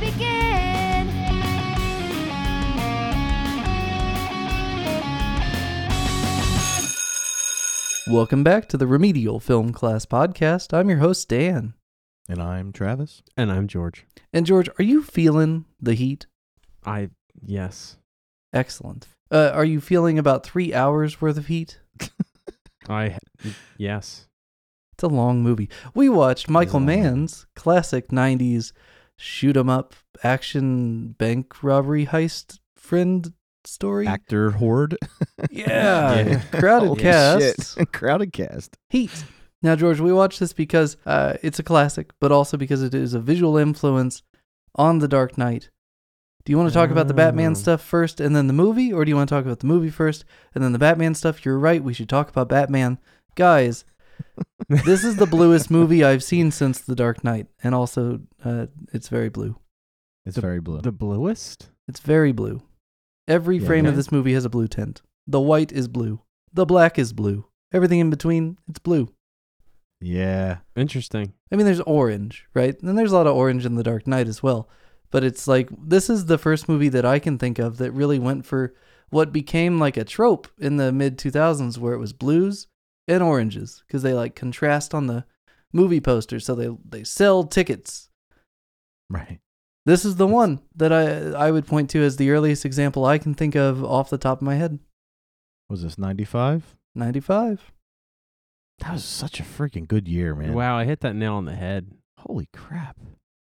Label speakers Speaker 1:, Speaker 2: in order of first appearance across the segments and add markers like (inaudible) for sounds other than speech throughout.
Speaker 1: begin.
Speaker 2: Welcome back to the Remedial Film Class Podcast. I'm your host, Dan.
Speaker 3: And I'm Travis.
Speaker 4: And I'm George.
Speaker 2: And George, are you feeling the heat?
Speaker 4: I yes.
Speaker 2: Excellent. Uh, are you feeling about three hours worth of heat?
Speaker 4: I yes.
Speaker 2: It's a long movie. We watched Michael
Speaker 3: a long movie.
Speaker 2: Mann's classic 90s shoot 'em up action bank robbery heist friend story.
Speaker 3: Actor
Speaker 4: (laughs)
Speaker 3: horde. (laughs)
Speaker 2: Yeah. Crowded
Speaker 3: Holy
Speaker 2: cast.
Speaker 3: shit. (laughs) Crowded
Speaker 4: (laughs)
Speaker 3: cast.
Speaker 2: Heat. Now, George, we watched this because uh, it's a classic, but also because it is a visual influence on The Dark Knight. Do you want to talk about the Batman
Speaker 4: Oh.
Speaker 2: stuff first and then the movie, or do you want to talk about the movie first and then the Batman stuff? You're right. We should talk about Batman. Guys, this is the bluest movie I've seen since The Dark Knight, and also uh, it's very blue.
Speaker 3: It's very blue.
Speaker 4: The bluest?
Speaker 2: It's very blue. Every
Speaker 3: Yeah.
Speaker 2: frame of
Speaker 4: Okay.
Speaker 2: this movie has a blue tint. The white is blue. The black is blue. Everything in between, it's blue.
Speaker 3: yeah.
Speaker 4: Interesting.
Speaker 2: I mean, there's orange, right? And there's a lot of orange in The Dark Knight as well. But it's like, this is the first movie that I can think of that really went for what became like a trope in the mid 2000s where it was blues and oranges because they like contrast on the movie posters. So they, they sell tickets.
Speaker 3: Right.
Speaker 2: This is the one that I, I would point to as the earliest example I can think of off the top of my head.
Speaker 3: Was this 95?
Speaker 2: 95.
Speaker 3: That was such a freaking good year, man.
Speaker 4: Wow, I hit that nail on the head.
Speaker 3: Holy crap.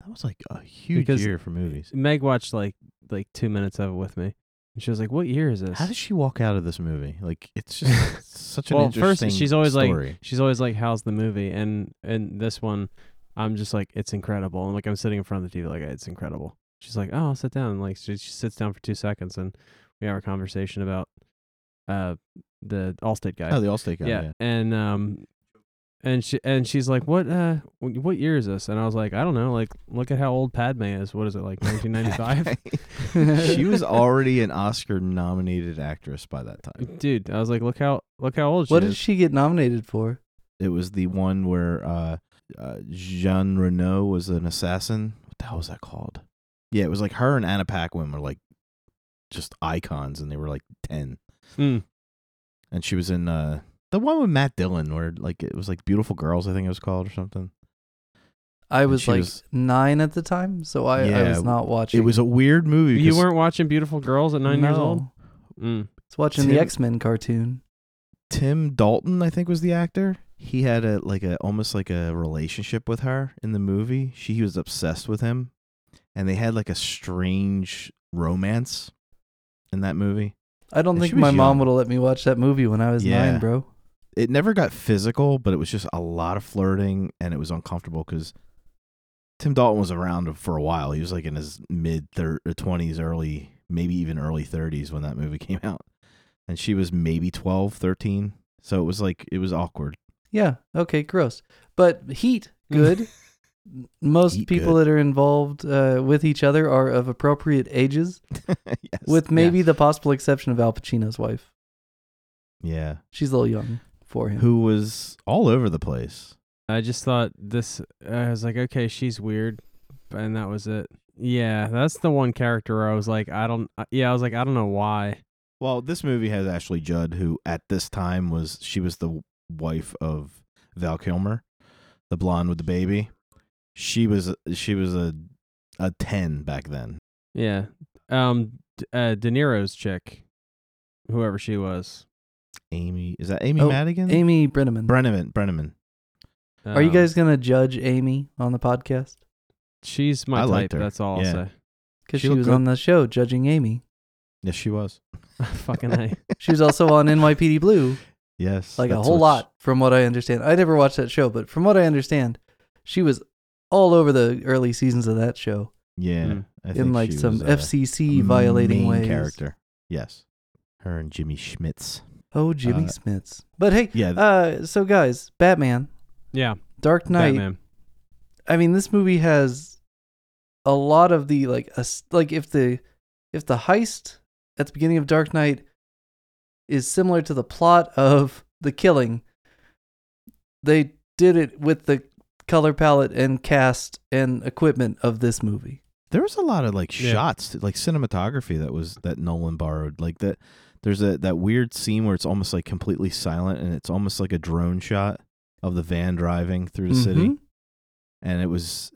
Speaker 3: That was like a huge
Speaker 4: Because-
Speaker 3: year for movies.
Speaker 4: Meg watched like like two minutes of it with me. And she was like, What year is this?
Speaker 3: How did she walk out of this movie? Like it's
Speaker 4: (laughs)
Speaker 3: just such an
Speaker 4: well,
Speaker 3: interesting
Speaker 4: first she's always like
Speaker 3: story.
Speaker 4: she's always like, How's the movie? And and this one I'm just like, It's incredible. And like I'm sitting in front of the TV like it's incredible. She's like, Oh, I'll sit down. And, like she, she sits down for two seconds and we have a conversation about uh the Allstate guy.
Speaker 3: Oh, the Allstate guy. Yeah.
Speaker 4: and um and she and she's like what uh w- what year is this and i was like i don't know like look at how old padme is what is it like
Speaker 2: (laughs)
Speaker 4: 1995
Speaker 3: (laughs) (laughs) she was already an Oscar nominated actress by that time.
Speaker 4: (laughs) dude i was like look how look how old she
Speaker 2: What
Speaker 4: is
Speaker 2: did she get nominated for?
Speaker 3: It was the one where uh, uh, Jean Reno was an assassin. What the hell was that called? Yeah, it was like her and Anna Paquin were like just icons, and they were like ten.
Speaker 4: Mm.
Speaker 3: And she was in uh, the one with Matt Dillon, where like it was like Beautiful Girls, I think it was called or something.
Speaker 2: I
Speaker 3: And
Speaker 2: was
Speaker 3: she
Speaker 2: like
Speaker 3: was-
Speaker 2: nine at the time, so I, I
Speaker 3: Yeah,
Speaker 2: was not watching.
Speaker 3: It was a weird movie.
Speaker 4: you
Speaker 3: because
Speaker 4: weren't watching beautiful girls at nine years old
Speaker 2: No.
Speaker 4: mm. (laughs)
Speaker 2: It's watching the
Speaker 3: Tim-
Speaker 2: X Men cartoon.
Speaker 3: Tim Dalton, I think was the actor. He had a like a almost like a relationship with her in the movie. She he was obsessed with him, and they had like a strange romance in that movie.
Speaker 2: I don't
Speaker 3: And
Speaker 2: think
Speaker 3: she was
Speaker 2: my mom
Speaker 3: young.
Speaker 2: would have let me watch that movie when I was nine,
Speaker 3: Yeah.
Speaker 2: bro.
Speaker 3: It never got physical, but it was just a lot of flirting, and it was uncomfortable because Tim Dalton was around for a while. He was like in his mid uh, twenties, early maybe even early thirties when that movie (laughs) came out, and she was maybe 12, 13. So it was like it was awkward. (laughs)
Speaker 2: Yeah. Okay. Gross. But Heat, good. Most
Speaker 3: Heat,
Speaker 2: people
Speaker 3: good.
Speaker 2: that are involved uh, with each other are of appropriate ages,
Speaker 3: yes.
Speaker 2: with maybe the possible exception of Al Pacino's wife.
Speaker 3: yeah.
Speaker 2: She's a little young for him.
Speaker 3: who was all over the place.
Speaker 4: i just thought this i was like okay she's weird and that was it yeah that's the one character where i was like i don't uh, yeah i was like i don't know why
Speaker 3: Well, this movie has Ashley Judd, who at this time was she was the wife of Val Kilmer, the blonde with the baby. She was she was a a ten back then.
Speaker 4: yeah um D- uh de niro's chick whoever she was
Speaker 3: Amy is that Amy
Speaker 2: Oh,
Speaker 3: Madigan?
Speaker 2: Amy Brenneman.
Speaker 3: Brenneman Brenneman.
Speaker 2: are you
Speaker 4: Um,
Speaker 2: guys gonna judge Amy on the podcast?
Speaker 4: She's my
Speaker 3: I
Speaker 4: type.
Speaker 3: liked her.
Speaker 4: That's all
Speaker 3: Yeah.
Speaker 4: I'll say.
Speaker 2: Because she,
Speaker 3: She looked
Speaker 2: was
Speaker 3: good.
Speaker 2: on the show judging Amy.
Speaker 3: Yes,
Speaker 2: (laughs)
Speaker 3: she was.
Speaker 4: Fucking
Speaker 3: (laughs)
Speaker 4: I.
Speaker 2: She was also on NYPD Blue.
Speaker 3: Yes,
Speaker 2: like a
Speaker 3: that's
Speaker 2: whole
Speaker 3: what
Speaker 2: lot from what I understand. I never watched that show, but from what I understand, she was all over the early seasons of that show
Speaker 3: she- yeah,
Speaker 4: Mm.
Speaker 3: I think
Speaker 2: Hmm. in like
Speaker 3: she
Speaker 2: some
Speaker 3: was a
Speaker 2: FCC violating
Speaker 3: main
Speaker 2: ways.
Speaker 3: character. Yes, her and Jimmy Schmitz.
Speaker 2: Oh, Jimmy
Speaker 3: Uh,
Speaker 2: Smits. But hey,
Speaker 3: Yeah,
Speaker 2: uh, so guys, Batman,
Speaker 4: Yeah,
Speaker 2: Dark Knight.
Speaker 4: Batman.
Speaker 2: I mean, this movie has a lot of the like, as- like if the if the heist at the beginning of Dark Knight is similar to the plot of The Killing, they did it with the color palette and cast and equipment of this movie.
Speaker 3: There was a lot of like
Speaker 4: Yeah.
Speaker 3: shots, like cinematography that was that Nolan borrowed. Like that, there's a that weird scene where it's almost like completely silent, and it's almost like a drone shot of the van driving through the city,
Speaker 2: Mhm.
Speaker 3: and it was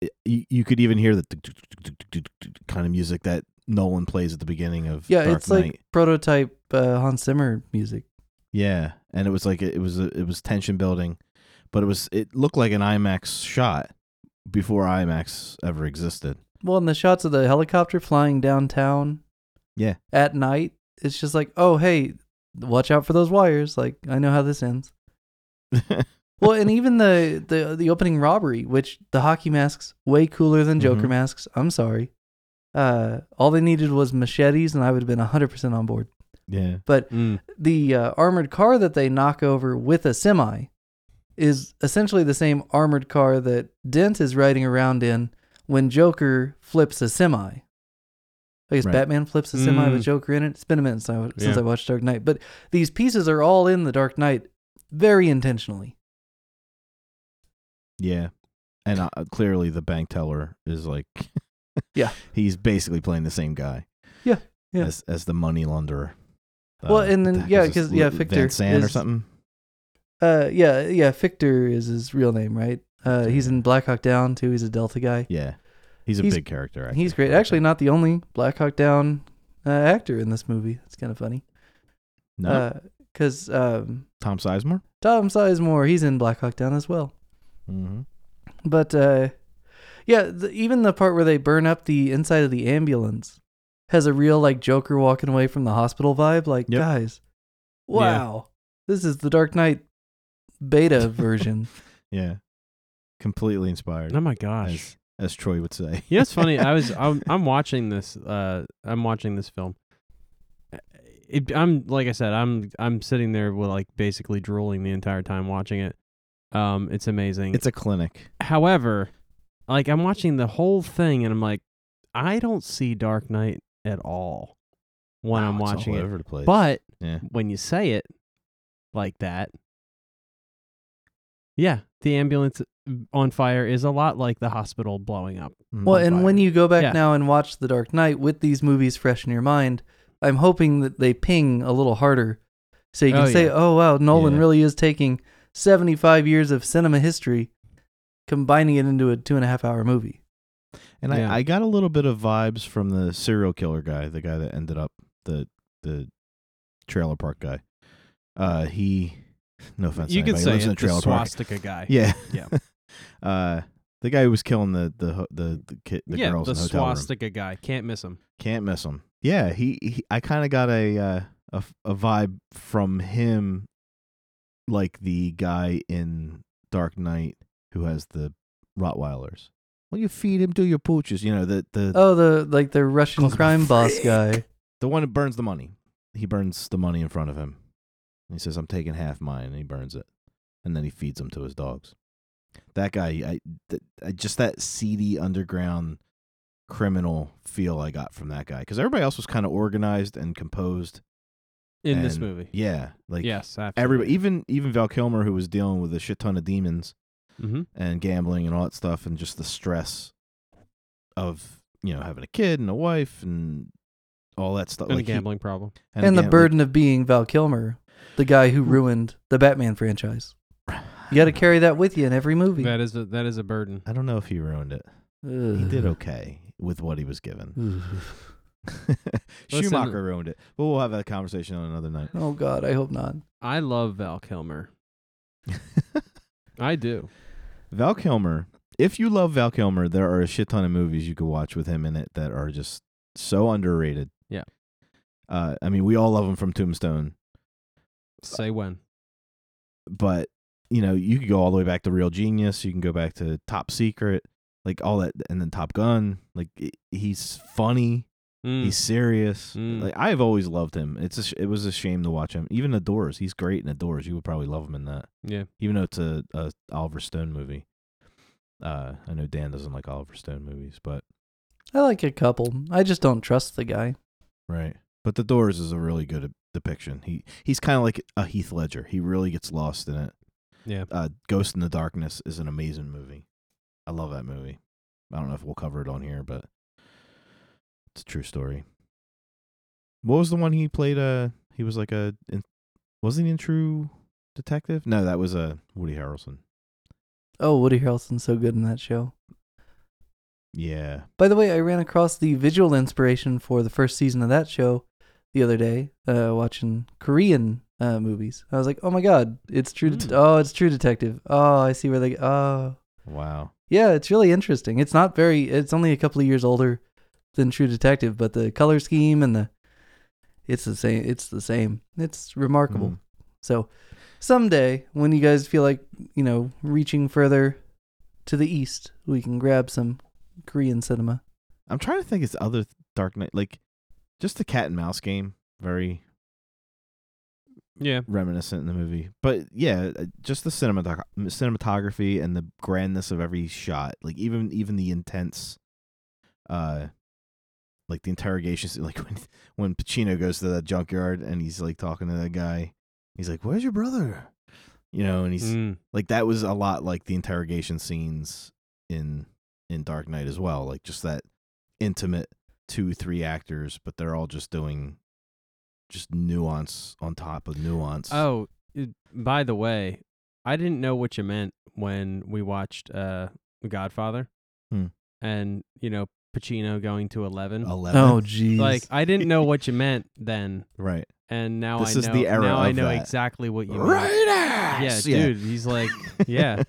Speaker 3: it, you, you could even hear the tuk- tuk- tuk- tuk- tuk- tuk- tuk kind of music that Nolan plays at the beginning of
Speaker 2: Yeah,
Speaker 3: Dark
Speaker 2: it's
Speaker 3: Knight.
Speaker 2: like prototype uh, Hans Zimmer music.
Speaker 3: Yeah, and it was like it was it was tension building, but it was it looked like an IMAX shot before IMAX ever existed. (laughs)
Speaker 2: Well, and the shots of the helicopter flying downtown.
Speaker 3: Yeah.
Speaker 2: At night, it's just like, oh hey, watch out for those wires. Like I know how this ends. Well, and even the the the opening robbery, which the hockey masks way cooler than Joker
Speaker 4: Mm-hmm.
Speaker 3: Mhm.
Speaker 2: masks. I'm sorry. Uh, all they needed was machetes, and I would have been 100% on board.
Speaker 3: yeah,
Speaker 2: But
Speaker 4: Mm.
Speaker 2: the uh, armored car that they knock over with a semi is essentially the same armored car that Dent is riding around in when Joker flips a semi. I guess
Speaker 3: Right.
Speaker 2: Batman flips a semi with
Speaker 4: Mm.
Speaker 2: Joker in it. It's been a minute since I, since
Speaker 4: Yeah.
Speaker 2: I watched Dark Knight, but these pieces are all in the Dark Knight very intentionally.
Speaker 3: yeah, and uh, clearly the bank teller is like, (laughs)
Speaker 2: Yeah.
Speaker 3: he's basically playing the same guy.
Speaker 2: Yeah, yeah.
Speaker 3: as as the money launderer.
Speaker 2: Well, and
Speaker 3: what
Speaker 2: then-
Speaker 3: the heck
Speaker 2: yeah,
Speaker 3: is this,
Speaker 2: 'cause, yeah,
Speaker 3: Lu-
Speaker 2: Victor
Speaker 3: Van Sand or
Speaker 2: is-
Speaker 3: something.
Speaker 2: Uh, yeah, yeah. Fictor is his real name, right? Uh,
Speaker 3: Fictor,
Speaker 2: he's
Speaker 3: yeah.
Speaker 2: in Black Hawk Down too. He's a Delta guy.
Speaker 3: Yeah, he's a
Speaker 2: He's-
Speaker 3: big character. Actor,
Speaker 2: He's great. Actually, not the only Black Hawk Down uh, actor in this movie. It's kind of funny.
Speaker 3: no,
Speaker 2: uh, because um,
Speaker 3: Tom Sizemore.
Speaker 2: Tom Sizemore, he's in Black Hawk Down as well.
Speaker 3: Mm-hmm.
Speaker 2: But uh, yeah, the, even the part where they burn up the inside of the ambulance has a real like Joker walking away from the hospital vibe. Like,
Speaker 3: Yep.
Speaker 2: guys,
Speaker 4: Yeah.
Speaker 2: wow, this is the Dark Knight beta version.
Speaker 3: Yeah, completely inspired.
Speaker 4: Oh my gosh.
Speaker 3: as, as Troy
Speaker 2: (laughs)
Speaker 3: would say.
Speaker 4: you know it's funny
Speaker 3: (laughs)
Speaker 4: i was I'm, I'm watching this uh i'm watching this film it, i'm like i said i'm i'm sitting there with like basically drooling the entire time watching it um it's amazing
Speaker 3: It's a clinic.
Speaker 4: however like i'm watching the whole thing and i'm like i don't see dark knight at all when i'm
Speaker 3: Wow, it's
Speaker 4: watching
Speaker 3: all
Speaker 4: it
Speaker 3: over the place.
Speaker 4: but
Speaker 3: yeah,
Speaker 4: when you say it like that yeah the ambulance mm, on fire is a lot like the hospital blowing up
Speaker 2: well, and when you go back
Speaker 4: Yeah.
Speaker 2: now and watch The Dark Knight with these movies fresh in your mind, I'm hoping that they ping a little harder, so you can
Speaker 4: Oh,
Speaker 2: say,
Speaker 4: yeah.
Speaker 2: "Oh wow, Nolan
Speaker 3: Yeah.
Speaker 2: really is taking 75 years of cinema history, combining it into a two and a half hour movie."
Speaker 3: and
Speaker 4: Yeah.
Speaker 3: I, I got a little bit of vibes from the serial killer guy, the guy that ended up the the trailer park guy. Uh, he no offense, to
Speaker 4: you could
Speaker 3: anybody who
Speaker 4: say
Speaker 3: lives in a
Speaker 4: it, the
Speaker 3: trailer park.
Speaker 4: swastika guy.
Speaker 3: Yeah,
Speaker 4: Yeah.
Speaker 3: (laughs) uh, the guy who was killing the the ho- the the, kid, the
Speaker 4: yeah,
Speaker 3: girls
Speaker 4: the
Speaker 3: in the hotel room.
Speaker 4: swastika guy. Can't miss him.
Speaker 3: Can't miss him. Yeah, he. he I kind of got a, uh, a f- a vibe from him, like the guy in Dark Knight who has the Rottweilers. Well, you feed him to your pooches. You know the the
Speaker 2: Oh, the like the Russian
Speaker 3: Cause I'm a
Speaker 2: crime boss
Speaker 3: freak.
Speaker 2: guy.
Speaker 3: the one that burns the money. He burns the money in front of him. And he says, "I'm taking half mine," and he burns it, and then he feeds them to his dogs. That guy, I, th- I just that seedy underground criminal feel I got from that guy because everybody else was kind of organized and composed
Speaker 4: In this
Speaker 3: and-
Speaker 4: movie.
Speaker 3: Yeah, like
Speaker 4: yes, absolutely.
Speaker 3: everybody, even even Val Kilmer who was dealing with a shit ton of demons
Speaker 4: hmm
Speaker 3: and gambling and all that stuff and just the stress of you know having a kid and a wife and all that stuff
Speaker 4: And a
Speaker 3: like he-
Speaker 4: gambling problem.
Speaker 2: and, the
Speaker 3: gam-
Speaker 2: burden of being Val Kilmer, the guy who ruined the Batman franchise. You got to carry that with you in every movie.
Speaker 4: That is a that is a burden.
Speaker 3: I don't know if he ruined it. He
Speaker 2: Ugh.
Speaker 3: did okay with what he was given. (laughs)
Speaker 4: Listen-
Speaker 3: Schumacher ruined it, but we'll have that conversation on another night.
Speaker 2: Oh God, I hope not.
Speaker 4: I love Val Kilmer. I do.
Speaker 3: (laughs) Val Kilmer. If you love Val Kilmer, there are a shit ton of movies you could watch with him in it that are just so underrated.
Speaker 4: Yeah.
Speaker 3: Uh, I mean, we all love him from Tombstone,
Speaker 4: Say when.
Speaker 3: but you know, you could go all the way back to Real Genius. You can go back to Top Secret, like all that, and then Top Gun. Like i he's funny.
Speaker 4: Mm.
Speaker 3: He's serious.
Speaker 4: Mm.
Speaker 3: Like I've always loved him. It's a sh- it was a shame to watch him. Even The Doors, he's great in The Doors. You would probably love him in that.
Speaker 4: yeah.
Speaker 3: Even though it's a, a Oliver Stone movie. Uh, I know Dan doesn't like Oliver Stone movies, but
Speaker 2: I like a couple. I just don't trust the guy.
Speaker 3: right. But The Doors is a really good depiction. He he's kind of like a Heath Ledger. He really gets lost in it.
Speaker 4: Yeah.
Speaker 3: Uh, Ghost in the Darkness is an amazing movie. I love that movie. I don't know if we'll cover it on here, but It's a true story. What was the one he played? Uh, he was like a in, wasn't he in True Detective? No, that was a uh, Woody Harrelson.
Speaker 2: Oh, Woody Harrelson's so good in that show.
Speaker 3: Yeah,
Speaker 2: By the way, I ran across the visual inspiration for the first season of that show the other day, uh, watching Korean uh, movies. I was like, oh my god, it's true. Det-
Speaker 4: Hmm.
Speaker 2: oh, it's True Detective. Oh, I see where they. Oh,
Speaker 3: wow.
Speaker 2: yeah, it's really interesting. It's not very. It's only a couple of years older than True Detective, but the color scheme and the it's the same. It's the same. It's remarkable.
Speaker 3: Mhm.
Speaker 2: So someday, when you guys feel like, you know, reaching further to the east, we can grab some Korean cinema.
Speaker 3: I'm trying to think. It's other th- Dark Knight, like just the cat and mouse game, very
Speaker 4: Yeah.
Speaker 3: reminiscent in the movie. But yeah, uh, just the cinematog- cinematography and the grandness of every shot, like even even the intense, uh, like the interrogation scene, (laughs) like when when Pacino goes to that junkyard and he's like talking to that guy, he's like, "Where's your brother?" You know, and he's
Speaker 4: Mm.
Speaker 3: like that was a lot like the interrogation scenes in in Dark Knight as well, like just that intimate two three actors, but they're all just doing just nuance on top of nuance.
Speaker 4: Oh, it- by the way, I didn't know what you meant when we watched uh The Godfather.
Speaker 3: Hmm.
Speaker 4: And, you know, Pacino going to 11.
Speaker 3: 11.
Speaker 2: Oh, jeez.
Speaker 4: Like I didn't
Speaker 3: (laughs)
Speaker 4: know what you meant then,
Speaker 3: right.
Speaker 4: and now
Speaker 3: This
Speaker 4: I
Speaker 3: is
Speaker 4: know.
Speaker 3: the era
Speaker 4: now I
Speaker 3: of
Speaker 4: know
Speaker 3: that.
Speaker 4: exactly what you meant.
Speaker 3: Right ass.
Speaker 4: yeah, dude.
Speaker 3: (laughs)
Speaker 4: He's like, yeah.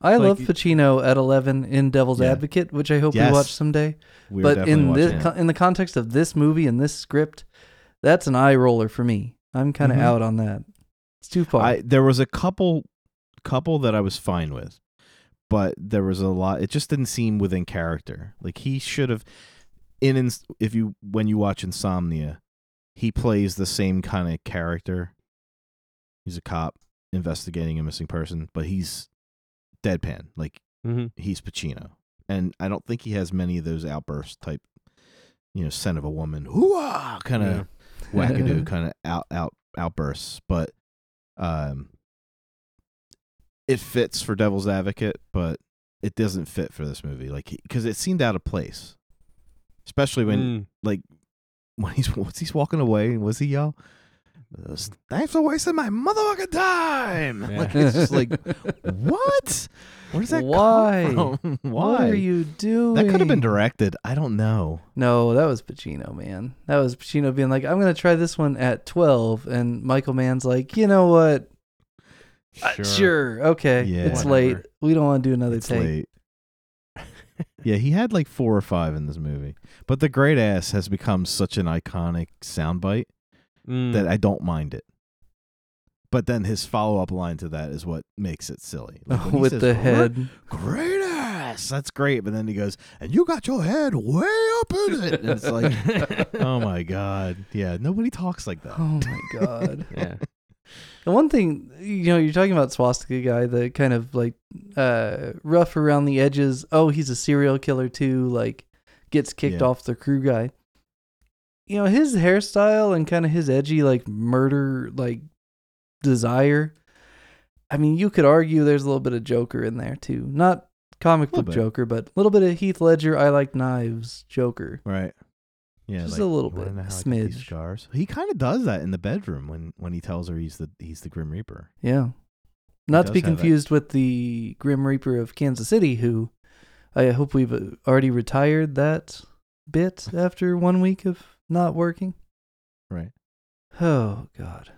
Speaker 2: I
Speaker 4: like-
Speaker 2: love Pacino at 11 in Devil's
Speaker 3: Yeah.
Speaker 2: Advocate, which I hope
Speaker 3: Yes.
Speaker 2: we watch someday.
Speaker 3: We're
Speaker 2: but
Speaker 3: definitely
Speaker 2: in
Speaker 3: watching
Speaker 2: this,
Speaker 3: it.
Speaker 2: in the context of this movie and this script, that's an eye roller for me. I'm kind of
Speaker 3: Mhm.
Speaker 2: out on that. It's too far. (laughs)
Speaker 3: I there was a couple couple that I was fine with, but there was a lot. It just didn't seem within character. Like he should have in, in if you when you watch Insomnia, he plays the same kind of character. He's a cop investigating a missing person, but he's deadpan. Like
Speaker 4: hmm
Speaker 3: he's Pacino, and I don't think he has many of those outburst type, you know, scent of a woman, hoo-ah, kind of wackadoo kind of out out outbursts, but um, it fits for Devil's Advocate, but it doesn't fit for this movie, like because it seemed out of place, especially when
Speaker 4: Mm.
Speaker 3: when he's (laughs) once he's walking away, was he yell? Thanks for wasting my motherfucking time. (laughs)
Speaker 4: Yeah.
Speaker 3: Like it's just like what? Where does that
Speaker 2: Why?
Speaker 3: come from? (laughs) Why?
Speaker 2: What are you doing?
Speaker 3: that could have been directed. I don't know.
Speaker 2: No, that was Pacino, man. That was Pacino being like, I'm going to try this one at 12. And Michael Mann's like, you know what? Uh, Sure. Okay.
Speaker 3: Yeah.
Speaker 2: It's
Speaker 4: Whatever.
Speaker 2: late. We don't want to do another
Speaker 3: It's
Speaker 2: take. (laughs)
Speaker 3: late. (laughs) yeah, he had like four or five in this movie. But the great ass has become such an iconic soundbite
Speaker 4: Mm.
Speaker 3: that I don't mind it. But then his follow up line to that is what makes it silly. Like, when he
Speaker 2: With
Speaker 3: says,
Speaker 2: the
Speaker 3: "Gr- (laughs)
Speaker 2: head.
Speaker 3: Great ass. That's great. But then he goes, and you got your head way up in it. And
Speaker 2: (laughs)
Speaker 3: it's like,
Speaker 4: (laughs)
Speaker 3: oh my God. Yeah, nobody talks like that.
Speaker 2: Oh my (laughs)
Speaker 3: (laughs)
Speaker 2: God.
Speaker 4: yeah.
Speaker 2: the one thing, you know, you're talking about swastika guy, the kind of like uh, rough around the edges. Oh, he's a serial killer too. Like gets kicked
Speaker 3: Yeah.
Speaker 2: off the crew guy. You know, his hairstyle and kind of his edgy like murder like desire. I mean, you could argue there's a little bit of Joker in there too. Not comic
Speaker 3: Little
Speaker 2: book
Speaker 3: bit.
Speaker 2: Joker, but a little bit of Heath Ledger. I like knives Joker.
Speaker 3: Right. Yeah,
Speaker 2: Just a little
Speaker 3: "You wanna
Speaker 2: bit,
Speaker 3: know
Speaker 2: a
Speaker 3: how I get these
Speaker 2: smidge."
Speaker 3: Scars. He kind of does that in the bedroom when when he tells her he's the he's the Grim Reaper.
Speaker 2: Yeah. Not to
Speaker 3: does
Speaker 2: be
Speaker 3: have that-
Speaker 2: confused with the Grim Reaper of Kansas City, who I hope we've uh, already retired that bit after one week of not working.
Speaker 3: Right.
Speaker 2: Oh, God.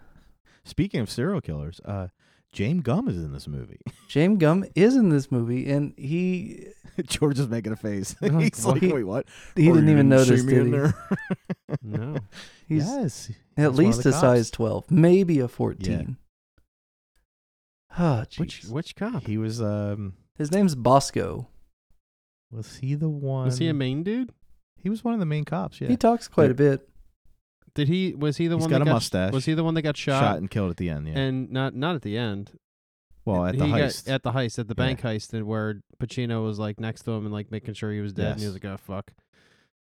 Speaker 3: Speaking of serial killers, uh, James Gum is in this movie. (laughs)
Speaker 2: James Gum is in this movie, and he
Speaker 3: George is making
Speaker 2: (laughs)
Speaker 3: a face.
Speaker 2: Oh,
Speaker 3: he's
Speaker 2: God.
Speaker 3: like,
Speaker 2: He-
Speaker 3: "Wait, what?"
Speaker 2: he
Speaker 3: Oh,
Speaker 2: didn't
Speaker 3: you
Speaker 2: even
Speaker 3: see
Speaker 2: notice,
Speaker 3: me
Speaker 2: did
Speaker 3: in
Speaker 2: he? (laughs)
Speaker 3: there? (laughs)
Speaker 4: No.
Speaker 2: He's
Speaker 3: yes.
Speaker 2: at
Speaker 3: he's one of
Speaker 2: least
Speaker 3: the
Speaker 2: a
Speaker 3: cops.
Speaker 2: size 12, maybe a 14. Ah,
Speaker 4: Which
Speaker 2: jeez.
Speaker 4: which cop?
Speaker 3: He was. Um,
Speaker 2: His name's Bosco.
Speaker 3: was he the one?
Speaker 4: Was he a main dude?
Speaker 3: He was one of the main cops. Yeah.
Speaker 2: He talks quite a bit.
Speaker 4: Did he? Was he the
Speaker 3: He's
Speaker 4: one
Speaker 3: got
Speaker 4: that
Speaker 3: a
Speaker 4: got
Speaker 3: mustache.
Speaker 4: Was he the one that got shot?
Speaker 3: shot, and killed at the end. Yeah.
Speaker 4: And not not at the end.
Speaker 3: well, at the
Speaker 4: he got-
Speaker 3: heist.
Speaker 4: at the heist, at the
Speaker 3: Yeah.
Speaker 4: bank heist, and where Pacino was like next to him and like making sure he was dead. And he
Speaker 3: Yes.
Speaker 4: was like, "Oh fuck,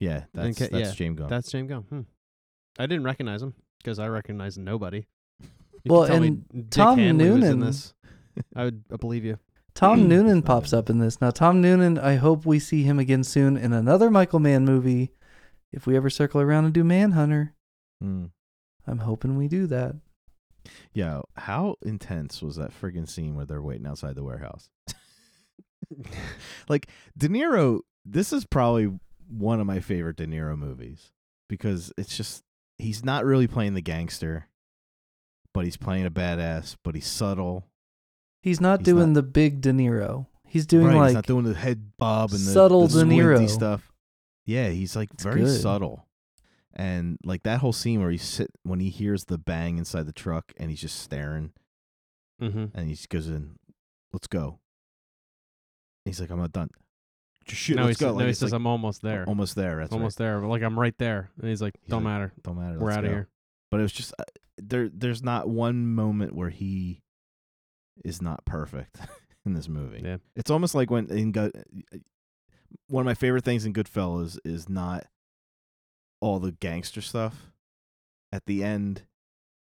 Speaker 3: yeah, that's
Speaker 4: ca-
Speaker 3: that's
Speaker 4: yeah,
Speaker 3: James Gum.
Speaker 4: that's James Gunn." Hmm. I didn't recognize him because I recognize nobody. You could
Speaker 2: Well,
Speaker 4: tell me
Speaker 2: and
Speaker 4: Dick
Speaker 2: Tom
Speaker 4: Hanley was in
Speaker 2: Noonan-
Speaker 4: this.
Speaker 3: (laughs)
Speaker 4: I would I believe you.
Speaker 2: Tom Noonan
Speaker 3: Not
Speaker 2: pops
Speaker 3: in
Speaker 2: up in this. Now, Tom Noonan, I hope we see him again soon in another Michael Mann movie if we ever circle around and do Manhunter,
Speaker 3: Mm.
Speaker 2: I'm hoping we do that.
Speaker 3: Yeah. How intense was that friggin' scene where they're waiting outside the warehouse? like De Niro, this is probably one of my favorite De Niro movies because it's just he's not really playing the gangster, but he's playing a badass, but he's subtle.
Speaker 2: He's not
Speaker 3: He's
Speaker 2: doing
Speaker 3: not-
Speaker 2: the big De Niro. He's doing
Speaker 3: right, he's
Speaker 2: like
Speaker 3: not doing the head bob and the
Speaker 2: subtle
Speaker 3: the
Speaker 2: De
Speaker 3: squinty
Speaker 2: Niro.
Speaker 3: stuff. Yeah, he's like
Speaker 2: It's
Speaker 3: very
Speaker 2: good.
Speaker 3: subtle. And like that whole scene where he sit when he hears the bang inside the truck and he's just staring
Speaker 4: mm-hmm.
Speaker 3: and he just goes in, let's go. He's like, I'm not done. Shoot,
Speaker 4: no, he
Speaker 3: let's
Speaker 4: says,
Speaker 3: go. Like,
Speaker 4: no, he
Speaker 3: it's
Speaker 4: says
Speaker 3: like,
Speaker 4: I'm almost there. Almost,
Speaker 3: almost there. That's right.
Speaker 4: there. But, like I'm right there. And he's like,
Speaker 3: He's
Speaker 4: don't
Speaker 3: like,
Speaker 4: matter.
Speaker 3: Don't matter.
Speaker 4: We're
Speaker 3: let's
Speaker 4: out of
Speaker 3: go."
Speaker 4: here.
Speaker 3: But it was just uh, there. There's not one moment where he is not perfect (laughs) in this movie.
Speaker 4: Yeah.
Speaker 3: It's almost like when in Go- one of my favorite things in Goodfellas is not all the gangster stuff. At the end,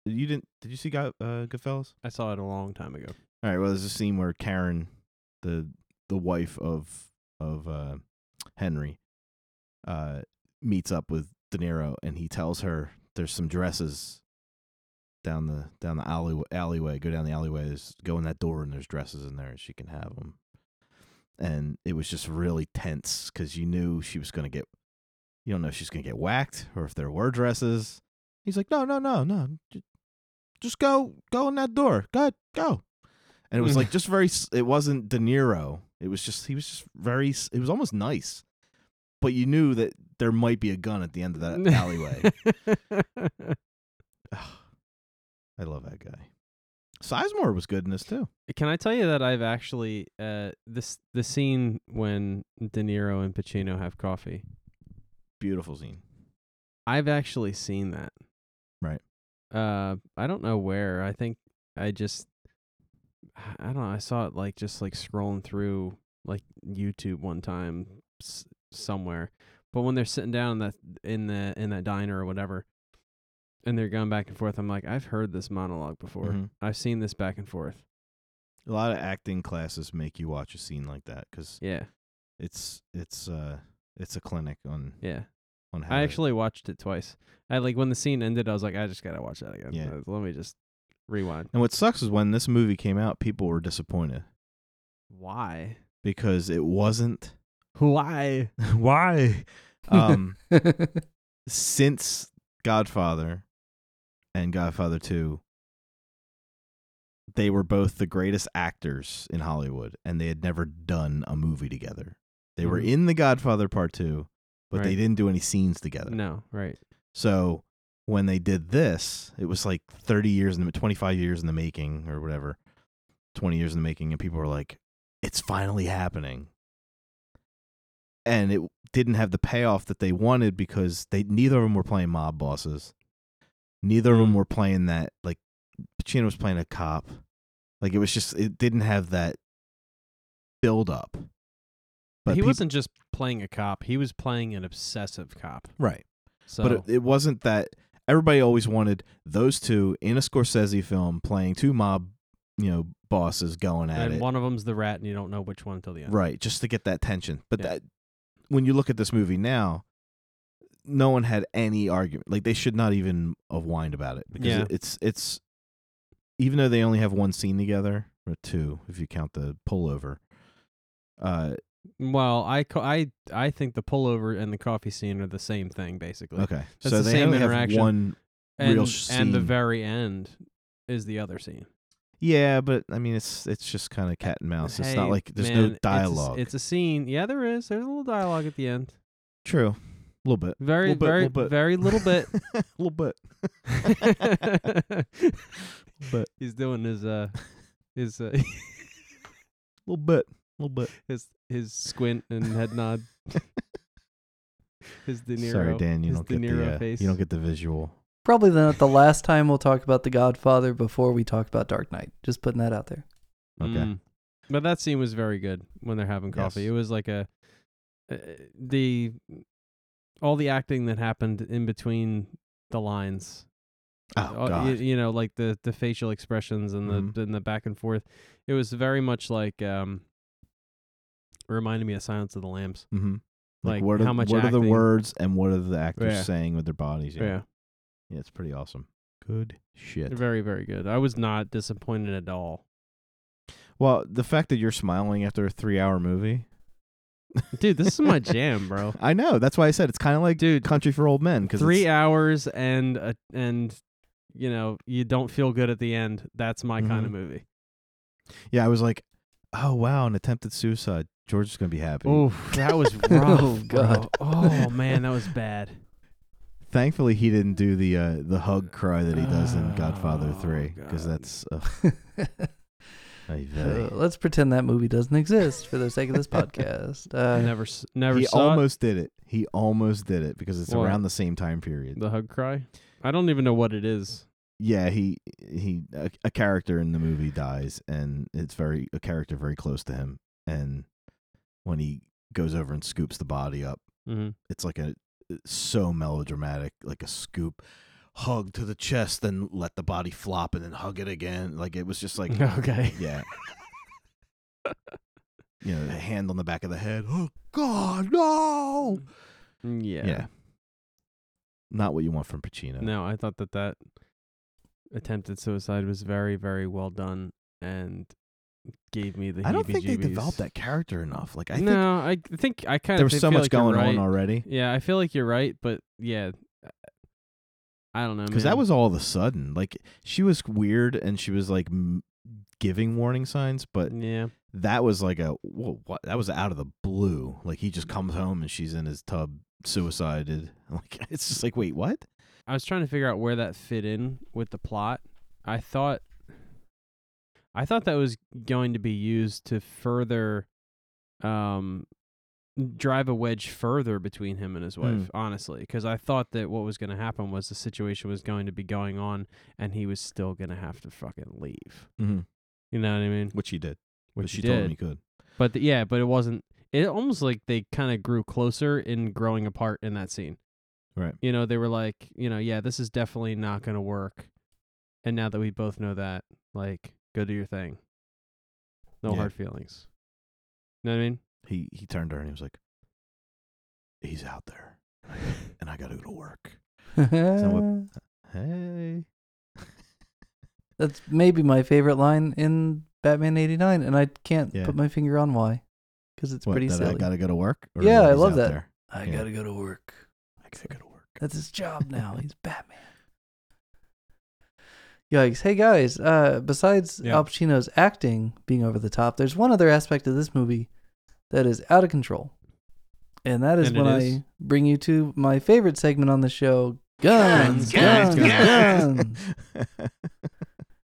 Speaker 3: you didn't? Did you see Go- uh, Goodfellas?
Speaker 4: I saw it a long time ago.
Speaker 3: All right. Well, there's a scene where Karen, the the wife of of uh, Henry, uh, meets up with De Niro, and he tells her there's some dresses down the down the alley alleyway. Go down the alleyway. There's, go in that door, and there's dresses in there. and She can have them. And it was just really tense because you knew she was gonna get. You don't know if she's gonna get whacked or if there were dresses. He's like, no, no, no, no. Ju- Just go, go in that door. Go, go. And it was like just very. s- It wasn't De Niro. It was just he was just very. s- It was almost nice, but you knew that there might be a gun at the end of that alleyway. Ugh. I love that guy. Sizemore was good in this too.
Speaker 4: (laughs) Can I tell you that I've actually uh this the scene when De Niro and Pacino have coffee.
Speaker 3: Beautiful scene.
Speaker 4: I've actually seen that.
Speaker 3: Right.
Speaker 4: Uh I don't know where. I think I just I don't know. I saw it like just like scrolling through like YouTube one time s- somewhere. But when they're sitting down in that in the in that diner or whatever and they're going back and forth, I'm like, I've heard this monologue before.
Speaker 3: Mhm.
Speaker 4: I've seen this back and forth.
Speaker 3: A lot of acting classes make you watch a scene like that because
Speaker 4: Yeah.
Speaker 3: it's it's uh it's a clinic on
Speaker 4: Yeah.
Speaker 3: on how
Speaker 4: I
Speaker 3: to-
Speaker 4: actually watched it twice. I like when the scene ended, I was like, I just gotta watch that again.
Speaker 3: Yeah.
Speaker 4: Uh, Let me just rewind.
Speaker 3: And what sucks is when this movie came out, people were disappointed
Speaker 4: Why?
Speaker 3: because it wasn't
Speaker 4: (laughs) Why?
Speaker 3: why (laughs) um since Godfather and Godfather 2 they were both the greatest actors in Hollywood and they had never done a movie together. They were
Speaker 4: Mhm.
Speaker 3: in The Godfather Part 2, but they
Speaker 4: Right.
Speaker 3: didn't do any scenes together.
Speaker 4: No, right.
Speaker 3: So when they did this, it was like 30 years in the 25 years in the making or whatever. 20 years in the making and people were like it's finally happening. And it didn't have the payoff that they wanted because they neither of them were playing mob bosses. Neither of
Speaker 4: Mm.
Speaker 3: them were playing that like Pacino was playing a cop. Like it was just it didn't have that build up.
Speaker 4: But he
Speaker 3: peop-
Speaker 4: wasn't just playing a cop, he was playing an obsessive cop.
Speaker 3: right.
Speaker 4: So
Speaker 3: But it, it wasn't that everybody always wanted those two in a Scorsese film playing two mob, you know, bosses going at
Speaker 4: and
Speaker 3: it.
Speaker 4: one of them's the rat and you don't know which one until the end.
Speaker 3: Right, just to get that tension. But
Speaker 4: Yeah.
Speaker 3: that when you look at this movie now, no one had any argument. Like they should not even have whined about it because
Speaker 4: Yeah.
Speaker 3: it- it's it's even though they only have one scene together or two if you count the pullover. Uh
Speaker 4: Well, I co- I I think the pullover and the coffee scene are the same thing basically.
Speaker 3: okay.
Speaker 4: That's
Speaker 3: so
Speaker 4: the
Speaker 3: they
Speaker 4: same
Speaker 3: only
Speaker 4: interaction.
Speaker 3: have one
Speaker 4: And
Speaker 3: Real sh-
Speaker 4: and the
Speaker 3: scene.
Speaker 4: very end is the other scene.
Speaker 3: Yeah, but I mean it's it's just kind of cat and mouse. Oh, it's
Speaker 4: Hey,
Speaker 3: not like there's
Speaker 4: man,
Speaker 3: no
Speaker 4: it's a s-
Speaker 3: dialogue.
Speaker 4: It's a, scene. Yeah, there is. There's a little dialogue at the end.
Speaker 3: True. A little bit.
Speaker 4: Very
Speaker 3: Little bit,
Speaker 4: very
Speaker 3: little bit.
Speaker 4: very little bit.
Speaker 3: A (laughs) little
Speaker 4: (laughs)
Speaker 3: bit. (laughs) But-
Speaker 4: he's doing his uh his uh, (laughs)
Speaker 3: little bit. little bit.
Speaker 4: his his squint and
Speaker 3: (laughs)
Speaker 4: head nod. his De Niro.
Speaker 3: Sorry, Dan, you
Speaker 4: his
Speaker 3: don't
Speaker 4: De
Speaker 3: get
Speaker 4: Niro
Speaker 3: the uh,
Speaker 4: face.
Speaker 3: you don't get the visual.
Speaker 2: (laughs) Probably not the last time we'll talk about The Godfather before we talk about Dark Knight. Just putting that out there.
Speaker 3: Okay.
Speaker 4: Mm. But that scene was very good when they're having coffee.
Speaker 3: Yes.
Speaker 4: It was like a uh, the all the acting that happened in between the lines
Speaker 3: Oh
Speaker 4: all-
Speaker 3: God.
Speaker 4: You, you know, like the the facial expressions and the
Speaker 3: Mhm.
Speaker 4: and the back and forth. It was very much like um reminded me of Silence of the Lambs.
Speaker 3: hmm
Speaker 4: Like,
Speaker 3: what are,
Speaker 4: how much
Speaker 3: what are the
Speaker 4: acting-
Speaker 3: words and what are the actors
Speaker 4: Yeah.
Speaker 3: saying with their bodies?
Speaker 4: yeah.
Speaker 3: Yeah, it's pretty awesome. Good shit.
Speaker 4: Very, very good. I was not disappointed at all.
Speaker 3: Well, the fact that you're smiling after a three hour movie.
Speaker 4: Dude, this
Speaker 3: (laughs)
Speaker 4: is my jam, bro.
Speaker 3: I know. That's why I said it's kind of like
Speaker 4: Dude,
Speaker 3: Country for Old Men. Cause
Speaker 4: Three
Speaker 3: it's-
Speaker 4: hours and uh, and you know, you don't feel good at the end. That's my kind
Speaker 3: Mhm.
Speaker 4: of movie. e
Speaker 3: yeah, I was like, oh, wow, an attempted suicide. George is going to be happy.
Speaker 4: Oof, that
Speaker 3: (laughs)
Speaker 4: was rough.
Speaker 2: Oh,
Speaker 4: bro.
Speaker 2: God.
Speaker 4: Oh man, that was bad.
Speaker 3: Thankfully, he didn't do the uh, the hug cry that he does in Godfather
Speaker 4: Oh,
Speaker 3: 3 because
Speaker 4: God.
Speaker 3: that's.
Speaker 4: (laughs)
Speaker 3: Uh, ay
Speaker 2: Uh,
Speaker 3: vey.
Speaker 2: (laughs) let's pretend that movie doesn't exist for the sake of this podcast.
Speaker 4: I
Speaker 2: Uh,
Speaker 4: never s- never
Speaker 3: he
Speaker 4: saw it.
Speaker 3: almost did it. He almost did it because it's
Speaker 4: What?
Speaker 3: around the same time period.
Speaker 4: the hug cry. I don't even know what it is.
Speaker 3: yeah, he he a, a character in the movie dies, and it's very a character very close to him. And when he goes over and scoops the body up,
Speaker 4: Mm-hmm.
Speaker 3: it's like a it's so melodramatic, like a scoop, hug to the chest, then let the body flop, and then hug it again. Like it was just
Speaker 4: (laughs)
Speaker 3: like
Speaker 4: okay.
Speaker 3: yeah. You know, a hand on the back of the head. Oh God, no!
Speaker 4: Mm, Yeah.
Speaker 3: Yeah. Not what you want from Pacino.
Speaker 4: No, I thought that that attempted suicide was very, very well done and gave me the.
Speaker 3: I don't think they
Speaker 4: heebie-jeebies.
Speaker 3: developed that character enough. Like I think
Speaker 4: no, I think I kind of
Speaker 3: there was so much going
Speaker 4: right.
Speaker 3: on already
Speaker 4: Yeah, I feel like you're right, but yeah, uh, I don't know
Speaker 3: because
Speaker 4: man.
Speaker 3: that was all of a sudden. Like she was weird and she was like m- giving warning signs, but
Speaker 4: yeah.
Speaker 3: that was like a whoa, what? That was out of the blue. Like he just comes home and she's in his tub suicided. (laughs) Like it's just like wait, what?
Speaker 4: I was trying to figure out where that fit in with the plot. I thought I thought that was going to be used to further um drive a wedge further between him and his
Speaker 3: Hmm.
Speaker 4: wife, honestly, cuz I thought that what was going to happen was the situation was going to be going on and he was still going to have to fucking leave.
Speaker 3: Mm-hmm.
Speaker 4: You know what I mean?
Speaker 3: Which he did.
Speaker 4: Which
Speaker 3: but she
Speaker 4: he
Speaker 3: told
Speaker 4: did.
Speaker 3: him he could.
Speaker 4: But th- yeah, but it wasn't it almost like they kind of grew closer in growing apart in that scene.
Speaker 3: Right.
Speaker 4: You know, they were like, you know, yeah, this is definitely not going to work. And now that we both know that, like, go do your thing. No
Speaker 3: Yeah.
Speaker 4: hard feelings. You know what I mean?
Speaker 3: He he turned to her and he was like, "He's out there, and I gotta go to work."
Speaker 2: Uh,
Speaker 3: (laughs) Hey.
Speaker 2: That's maybe my favorite line in Batman '89, and I can't
Speaker 3: Yeah.
Speaker 2: put my finger on why, because it's
Speaker 3: What,
Speaker 2: pretty
Speaker 3: that
Speaker 2: silly.
Speaker 3: I gotta go to work. Or
Speaker 2: Yeah,
Speaker 3: that
Speaker 2: I
Speaker 3: he's
Speaker 2: love
Speaker 3: out
Speaker 2: that.
Speaker 3: there?
Speaker 2: I
Speaker 3: Yeah.
Speaker 2: gotta go to work.
Speaker 3: I gotta go to work.
Speaker 2: That's his job now. He's Batman. Yikes. Hey guys, uh, besides
Speaker 4: Yeah.
Speaker 2: Al Pacino's acting being over the top, there's one other aspect of this movie that is out of control. And that is
Speaker 4: And it
Speaker 2: when
Speaker 4: is?
Speaker 2: I bring you to my favorite segment on the show Guns, Guns,
Speaker 4: Guns, guns.
Speaker 2: Guns.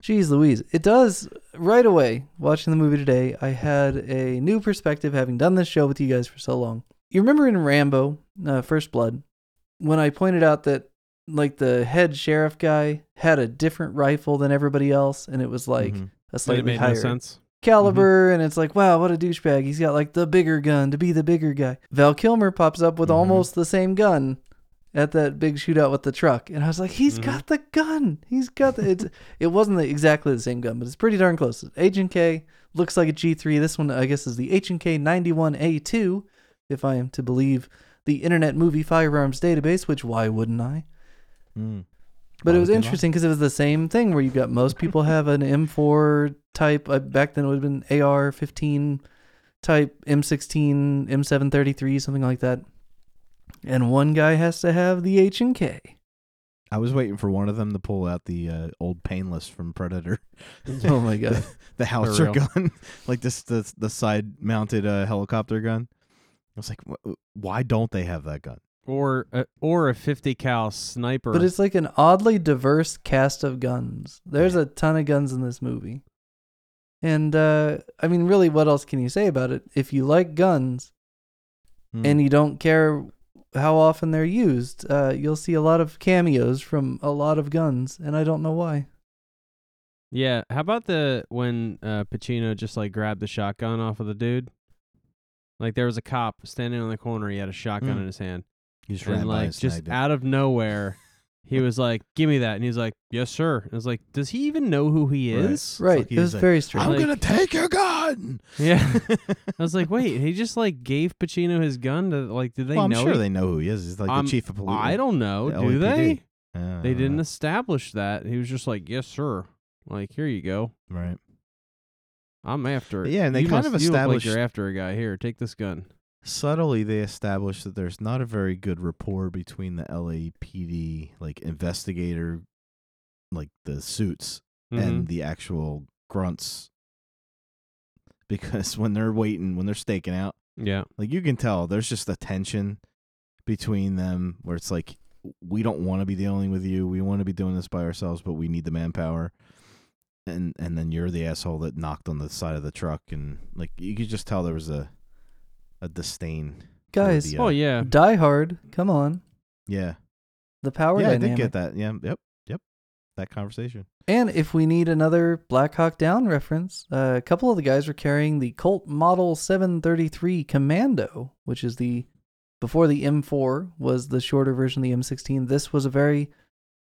Speaker 2: Jeez Louise. It does right away watching the movie today. I had a new perspective having done this show with you guys for so long. You remember in Rambo, uh, First Blood, when I pointed out that like the head sheriff guy had a different rifle than everybody else and it was like
Speaker 3: Mhm.
Speaker 2: a
Speaker 4: Like, it
Speaker 2: slightly
Speaker 4: Mm-hmm. made
Speaker 2: higher
Speaker 4: no sense.
Speaker 2: caliber and it's like wow what a douchebag he's got like the bigger gun to be the bigger guy val kilmer pops up with
Speaker 3: Mhm.
Speaker 2: almost the same gun at that big shootout with the truck and i was like he's
Speaker 4: Mhm.
Speaker 2: got the gun he's got the it's (laughs) it wasn't the, exactly the same gun but it's pretty darn close agent k looks like a g3 this one i guess is the agent k 91a2 if i am to believe the internet movie firearms database which why wouldn't i
Speaker 3: Mm.
Speaker 2: but
Speaker 3: Why
Speaker 2: it was
Speaker 3: would they lie?
Speaker 2: interesting because it was the same thing where you got most people have an M4 type. Uh, back then it would have been AR 15 type, M16, M733, something like that. And one guy has to have the H and K.
Speaker 3: I was waiting for one of them to pull out the uh, old painless from Predator,
Speaker 2: (laughs) Oh my god!
Speaker 3: the howitzer
Speaker 4: real.
Speaker 3: gun, (laughs) like this the the side mounted uh, helicopter gun. I was like, "Wh- why don't they have that gun?
Speaker 4: Or a, or a 50 cal sniper.
Speaker 2: But it's like an oddly diverse cast of guns. There's a ton of guns in this movie, and uh, I mean, really, what else can you say about it? If you like guns,
Speaker 3: Mm-hmm. Hmm.
Speaker 2: and you don't care how often they're used. Uh, you'll see a lot of cameos from a lot of guns, and I don't know why.
Speaker 4: yeah, how about the when uh, Pacino just like grabbed the shotgun off of the dude? Like there was a cop standing on the corner, he had a shotgun
Speaker 3: Mm.
Speaker 4: in his hand.
Speaker 3: you just ran
Speaker 4: and
Speaker 3: by
Speaker 4: like
Speaker 3: and
Speaker 4: just
Speaker 3: snagged it.
Speaker 4: out of nowhere
Speaker 3: (laughs)
Speaker 4: He was like, "Give me that," and he's like, "Yes, sir." And I was like, "Does he even know who he
Speaker 3: Right.
Speaker 4: is?"
Speaker 2: Right.
Speaker 3: like he
Speaker 2: it
Speaker 3: was
Speaker 2: was
Speaker 3: like,
Speaker 2: very strange.
Speaker 3: I'm
Speaker 4: Like-
Speaker 3: gonna take your gun.
Speaker 4: (laughs)
Speaker 3: (laughs)
Speaker 4: Yeah. (laughs) I was like, "Wait, he just like gave Pacino his gun to like? Did they
Speaker 3: well, I'm
Speaker 4: know?"
Speaker 3: sure
Speaker 4: he-
Speaker 3: they know who he is. He's like
Speaker 4: Um,
Speaker 3: the chief of police.
Speaker 4: I don't know.
Speaker 3: The
Speaker 4: do
Speaker 3: LAPD.
Speaker 4: they?
Speaker 3: Uh,
Speaker 4: They didn't establish that. He was just like, "Yes, sir." Like, here you go.
Speaker 3: Right.
Speaker 4: I'm after it.
Speaker 3: Yeah, and they
Speaker 4: You
Speaker 3: kind
Speaker 4: must-
Speaker 3: of
Speaker 4: you look like
Speaker 3: established-
Speaker 4: you're after a guy. Here, take this gun.
Speaker 3: Subtly, they established that there's not a very good rapport between the LAPD, like investigator, like the suits,
Speaker 4: Mm-hmm.
Speaker 3: and the actual grunts. Because (laughs) when they're waiting, when they're staking out,
Speaker 4: Mhm. yeah,
Speaker 3: like you can tell there's just a tension between them where it's like we don't want to be dealing with you we want to be doing this by ourselves but we need the manpower and and then you're the asshole that knocked on the side of the truck and like you could just tell there was a a disdain for
Speaker 2: Guys,
Speaker 3: the, uh,
Speaker 4: Oh yeah.
Speaker 2: Die Hard. Come on.
Speaker 3: yeah
Speaker 2: The power
Speaker 3: yeah i did
Speaker 2: dynamic.
Speaker 3: get that yeah yep yep that conversation
Speaker 2: And if we need another Black Hawk Down reference, uh, a couple of the guys were carrying the Colt Model 733 Commando, which is the before the M4 was the shorter version of the M16. This was a very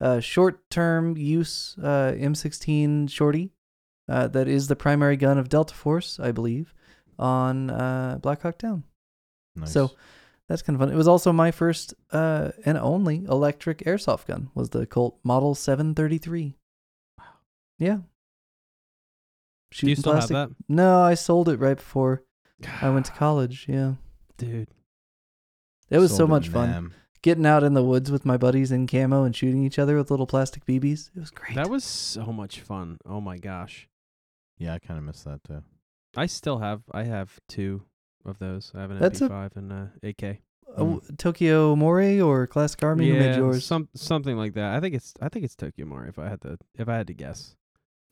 Speaker 2: uh, short-term use uh, M16 shorty uh, that is the primary gun of Delta Force, I believe, on uh, Black Hawk Down.
Speaker 3: nice.
Speaker 2: So that's kind of fun. It was also my first uh, and only electric airsoft gun was the Colt Model 733. Wow. Yeah.
Speaker 4: Do you
Speaker 2: Shooting
Speaker 4: still
Speaker 2: plastic.
Speaker 4: have that?
Speaker 2: No, I sold it right before I went
Speaker 4: (sighs)
Speaker 2: to college. Yeah.
Speaker 4: Dude,
Speaker 2: It was so
Speaker 3: Sold
Speaker 2: much
Speaker 3: in
Speaker 2: fun.
Speaker 3: them.
Speaker 2: Getting out in the woods with my buddies in camo and shooting each other with little plastic BBs. It was great.
Speaker 4: that was so much fun. Oh my gosh.
Speaker 3: yeah i kind of missed that too
Speaker 4: I still have I have two of those. I have an
Speaker 2: That's a-
Speaker 4: MP5 and an AK.
Speaker 2: Uh, w- Tokyo Mori or Classic Army who made yours.
Speaker 4: some something like that. I think it's I think it's Tokyo Mori if I had to if I had to guess.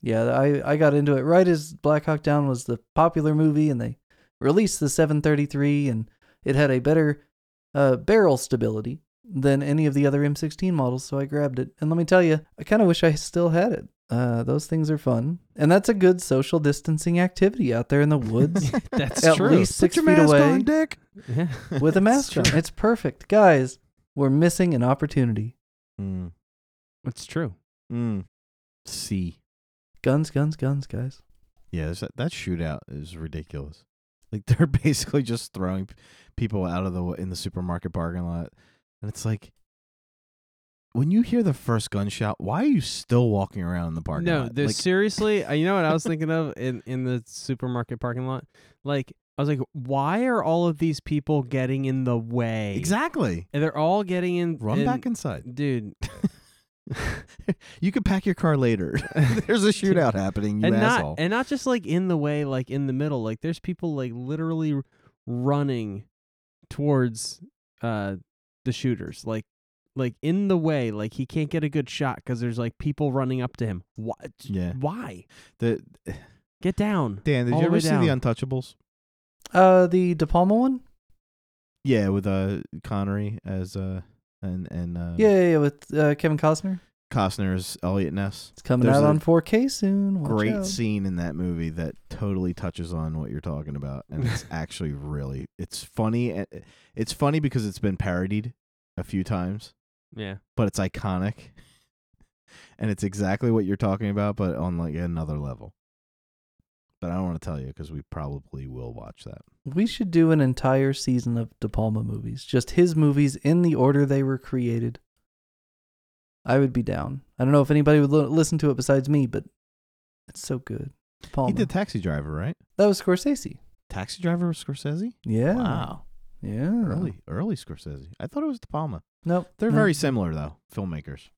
Speaker 2: Yeah, I, I got into it right as Black Hawk Down was the popular movie, and they released the 733, and it had a better uh, barrel stability than any of the other M16 models, so I grabbed it. And let me tell you, I kind of wish I still had it. Uh, those things are fun, and that's a good social distancing activity out there in the
Speaker 3: (laughs)
Speaker 2: woods
Speaker 4: (laughs)
Speaker 2: (laughs)
Speaker 4: That's
Speaker 2: At
Speaker 4: true.
Speaker 2: least six
Speaker 3: Put your
Speaker 2: feet
Speaker 3: mask
Speaker 2: away.
Speaker 3: on, dick
Speaker 4: (laughs) Yeah.
Speaker 2: with a
Speaker 3: It's
Speaker 2: mask on. It's perfect, guys. We're missing an opportunity.
Speaker 3: mm.
Speaker 4: It's true.
Speaker 3: Mm. c
Speaker 2: Guns, guns, guns, guys.
Speaker 3: Yeah, there's that, that shootout is ridiculous. Like (laughs) they're basically just throwing p- people out of the w- in the supermarket parking lot, and it's like when you hear the first gunshot, why are you still walking around in the parking
Speaker 4: no,
Speaker 3: lot?
Speaker 4: there's
Speaker 3: Like,
Speaker 4: seriously, uh, you know what I was
Speaker 2: (laughs)
Speaker 4: thinking of in in the supermarket parking lot? Like I was like, why are all of these people getting in the way?
Speaker 3: exactly.
Speaker 4: And they're all getting in
Speaker 3: Run
Speaker 4: in-
Speaker 3: back inside.
Speaker 4: Dude,
Speaker 3: you can pack your car
Speaker 4: (laughs)
Speaker 3: later. (laughs) there's a shootout happening. You
Speaker 4: and
Speaker 3: asshole.
Speaker 4: not and not just like in the way, like in the middle. Like there's people like literally r- running towards uh the shooters, like like in the way. Like he can't get a good shot because there's like people running up to him. Why?
Speaker 3: Yeah.
Speaker 4: Why?
Speaker 3: the,
Speaker 4: Get down.
Speaker 3: Dan, did
Speaker 4: All
Speaker 3: you
Speaker 4: the
Speaker 3: ever
Speaker 4: way
Speaker 3: see
Speaker 4: down.
Speaker 3: the Untouchables?
Speaker 2: Uh, the De Palma one.
Speaker 3: Yeah, with uh Connery as uh and and uh,
Speaker 2: Yeah, yeah, yeah with uh, Kevin Costner.
Speaker 3: Costner as Elliot Ness.
Speaker 2: It's coming
Speaker 3: There's
Speaker 2: out
Speaker 3: a
Speaker 2: on 4K soon. Watch
Speaker 3: great
Speaker 2: out.
Speaker 3: scene in that movie that totally touches on what you're talking about
Speaker 2: (laughs)
Speaker 3: and it's actually really it's funny and it's funny because it's been parodied a few times
Speaker 4: Yeah.
Speaker 3: but it's iconic (laughs) and it's exactly what you're talking about but on like another level but i don't want to tell you because we probably will watch that
Speaker 2: We should do an entire season of De Palma movies, just his movies in the order they were created. I would be down. I don't know if anybody would li- listen to it besides me, but it's so good. De Palma.
Speaker 3: he did taxi driver right
Speaker 2: that was Scorsese.
Speaker 3: taxi driver with scorsese
Speaker 2: Yeah.
Speaker 3: wow
Speaker 2: Yeah.
Speaker 3: early early scorsese i thought it was de palma
Speaker 2: Nope.
Speaker 3: they're
Speaker 2: no.
Speaker 3: very similar though filmmakers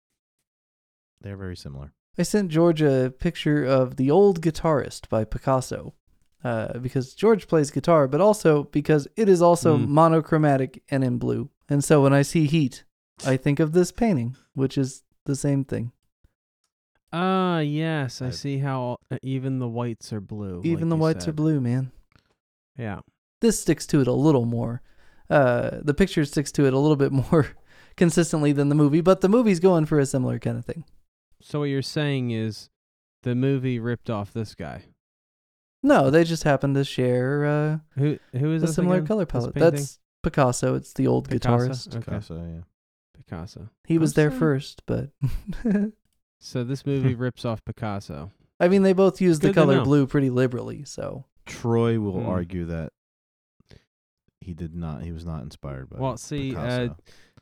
Speaker 3: they're very similar
Speaker 2: I sent George a picture of The Old Guitarist by Picasso uh, because George plays guitar, but also because it is also
Speaker 4: Mm.
Speaker 2: monochromatic and in blue. And so when I see heat, I think of this painting, which is the same thing.
Speaker 4: Ah, yes. I,
Speaker 3: I-
Speaker 4: see how uh, even the whites are blue.
Speaker 2: Even the whites are blue, man.
Speaker 4: blue. Yeah.
Speaker 2: this sticks to it a little more. Uh, the picture sticks to it a little bit (laughs) more consistently than the movie, but the movie's going for a similar kind of thing.
Speaker 4: So what you're saying is, the movie ripped off this guy.
Speaker 2: No, they just happen to share uh,
Speaker 4: Who who is
Speaker 2: a
Speaker 4: this
Speaker 2: similar
Speaker 4: again?
Speaker 2: color
Speaker 4: This
Speaker 2: palette.
Speaker 4: painting?
Speaker 2: That's Picasso. It's the old
Speaker 4: Picasso?
Speaker 2: guitarist.
Speaker 4: Okay.
Speaker 3: picasso yeah
Speaker 4: Picasso.
Speaker 2: He was there
Speaker 4: Understand.
Speaker 2: first, but (laughs)
Speaker 4: So this movie rips off Picasso.
Speaker 2: I mean, they both used the
Speaker 4: Good to
Speaker 2: color
Speaker 4: know.
Speaker 2: blue pretty liberally. So
Speaker 3: Troy will
Speaker 4: Hmm.
Speaker 3: argue that he did not. He was not inspired by.
Speaker 4: Well, see, uh,
Speaker 3: Picasso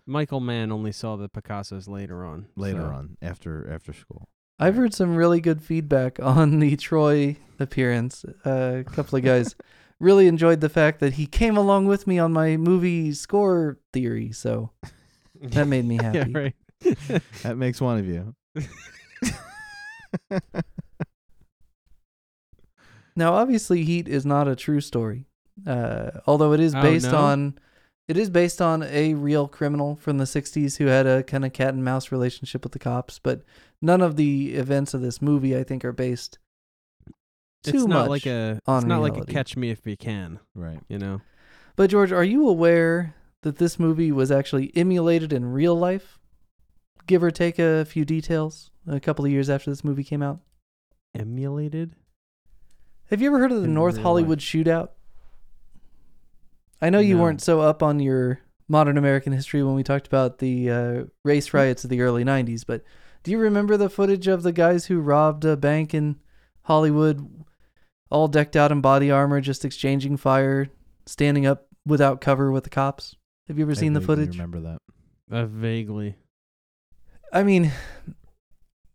Speaker 4: Michael Mann only saw the Picassos later on.
Speaker 3: later
Speaker 4: so-
Speaker 3: on after after school.
Speaker 2: I've heard some really good feedback (laughs) on the Troy appearance. Uh, a couple of
Speaker 4: (laughs)
Speaker 2: guys really enjoyed the fact that he came along with me on my movie score theory. So
Speaker 4: (laughs)
Speaker 2: that made me happy.
Speaker 4: yeah, right.
Speaker 3: That makes one of you. (laughs)
Speaker 2: Now, obviously, Heat is not a true story, uh, although it is
Speaker 4: Oh,
Speaker 2: based
Speaker 4: no?
Speaker 2: on it is based on a real criminal from the '60s who had a kind of cat and mouse relationship with the cops. But none of the events of this movie, I think, are based (laughs) too
Speaker 4: it's
Speaker 2: much
Speaker 4: not like a.
Speaker 2: on
Speaker 4: It's not like
Speaker 2: reality.
Speaker 4: a Catch Me If You Can.
Speaker 3: right.
Speaker 4: You know.
Speaker 2: But George, are you aware that this movie was actually emulated in real life? Give or take a few details a couple of years after this movie came out.
Speaker 4: Emulated.
Speaker 2: Have you ever heard of the
Speaker 4: In
Speaker 2: North
Speaker 4: real
Speaker 2: Hollywood shootout? I know you
Speaker 4: No.
Speaker 2: weren't so up on your modern American history when we talked about the uh,
Speaker 4: Hmm.
Speaker 2: race riots of the early 90s, but do you remember the footage of the guys who robbed a bank in Hollywood, all decked out in body armor, just exchanging fire, standing up without cover with the cops? Have you ever seen the
Speaker 3: vaguely
Speaker 2: footage?
Speaker 3: Remember that?
Speaker 4: Uh, vaguely.
Speaker 2: I mean,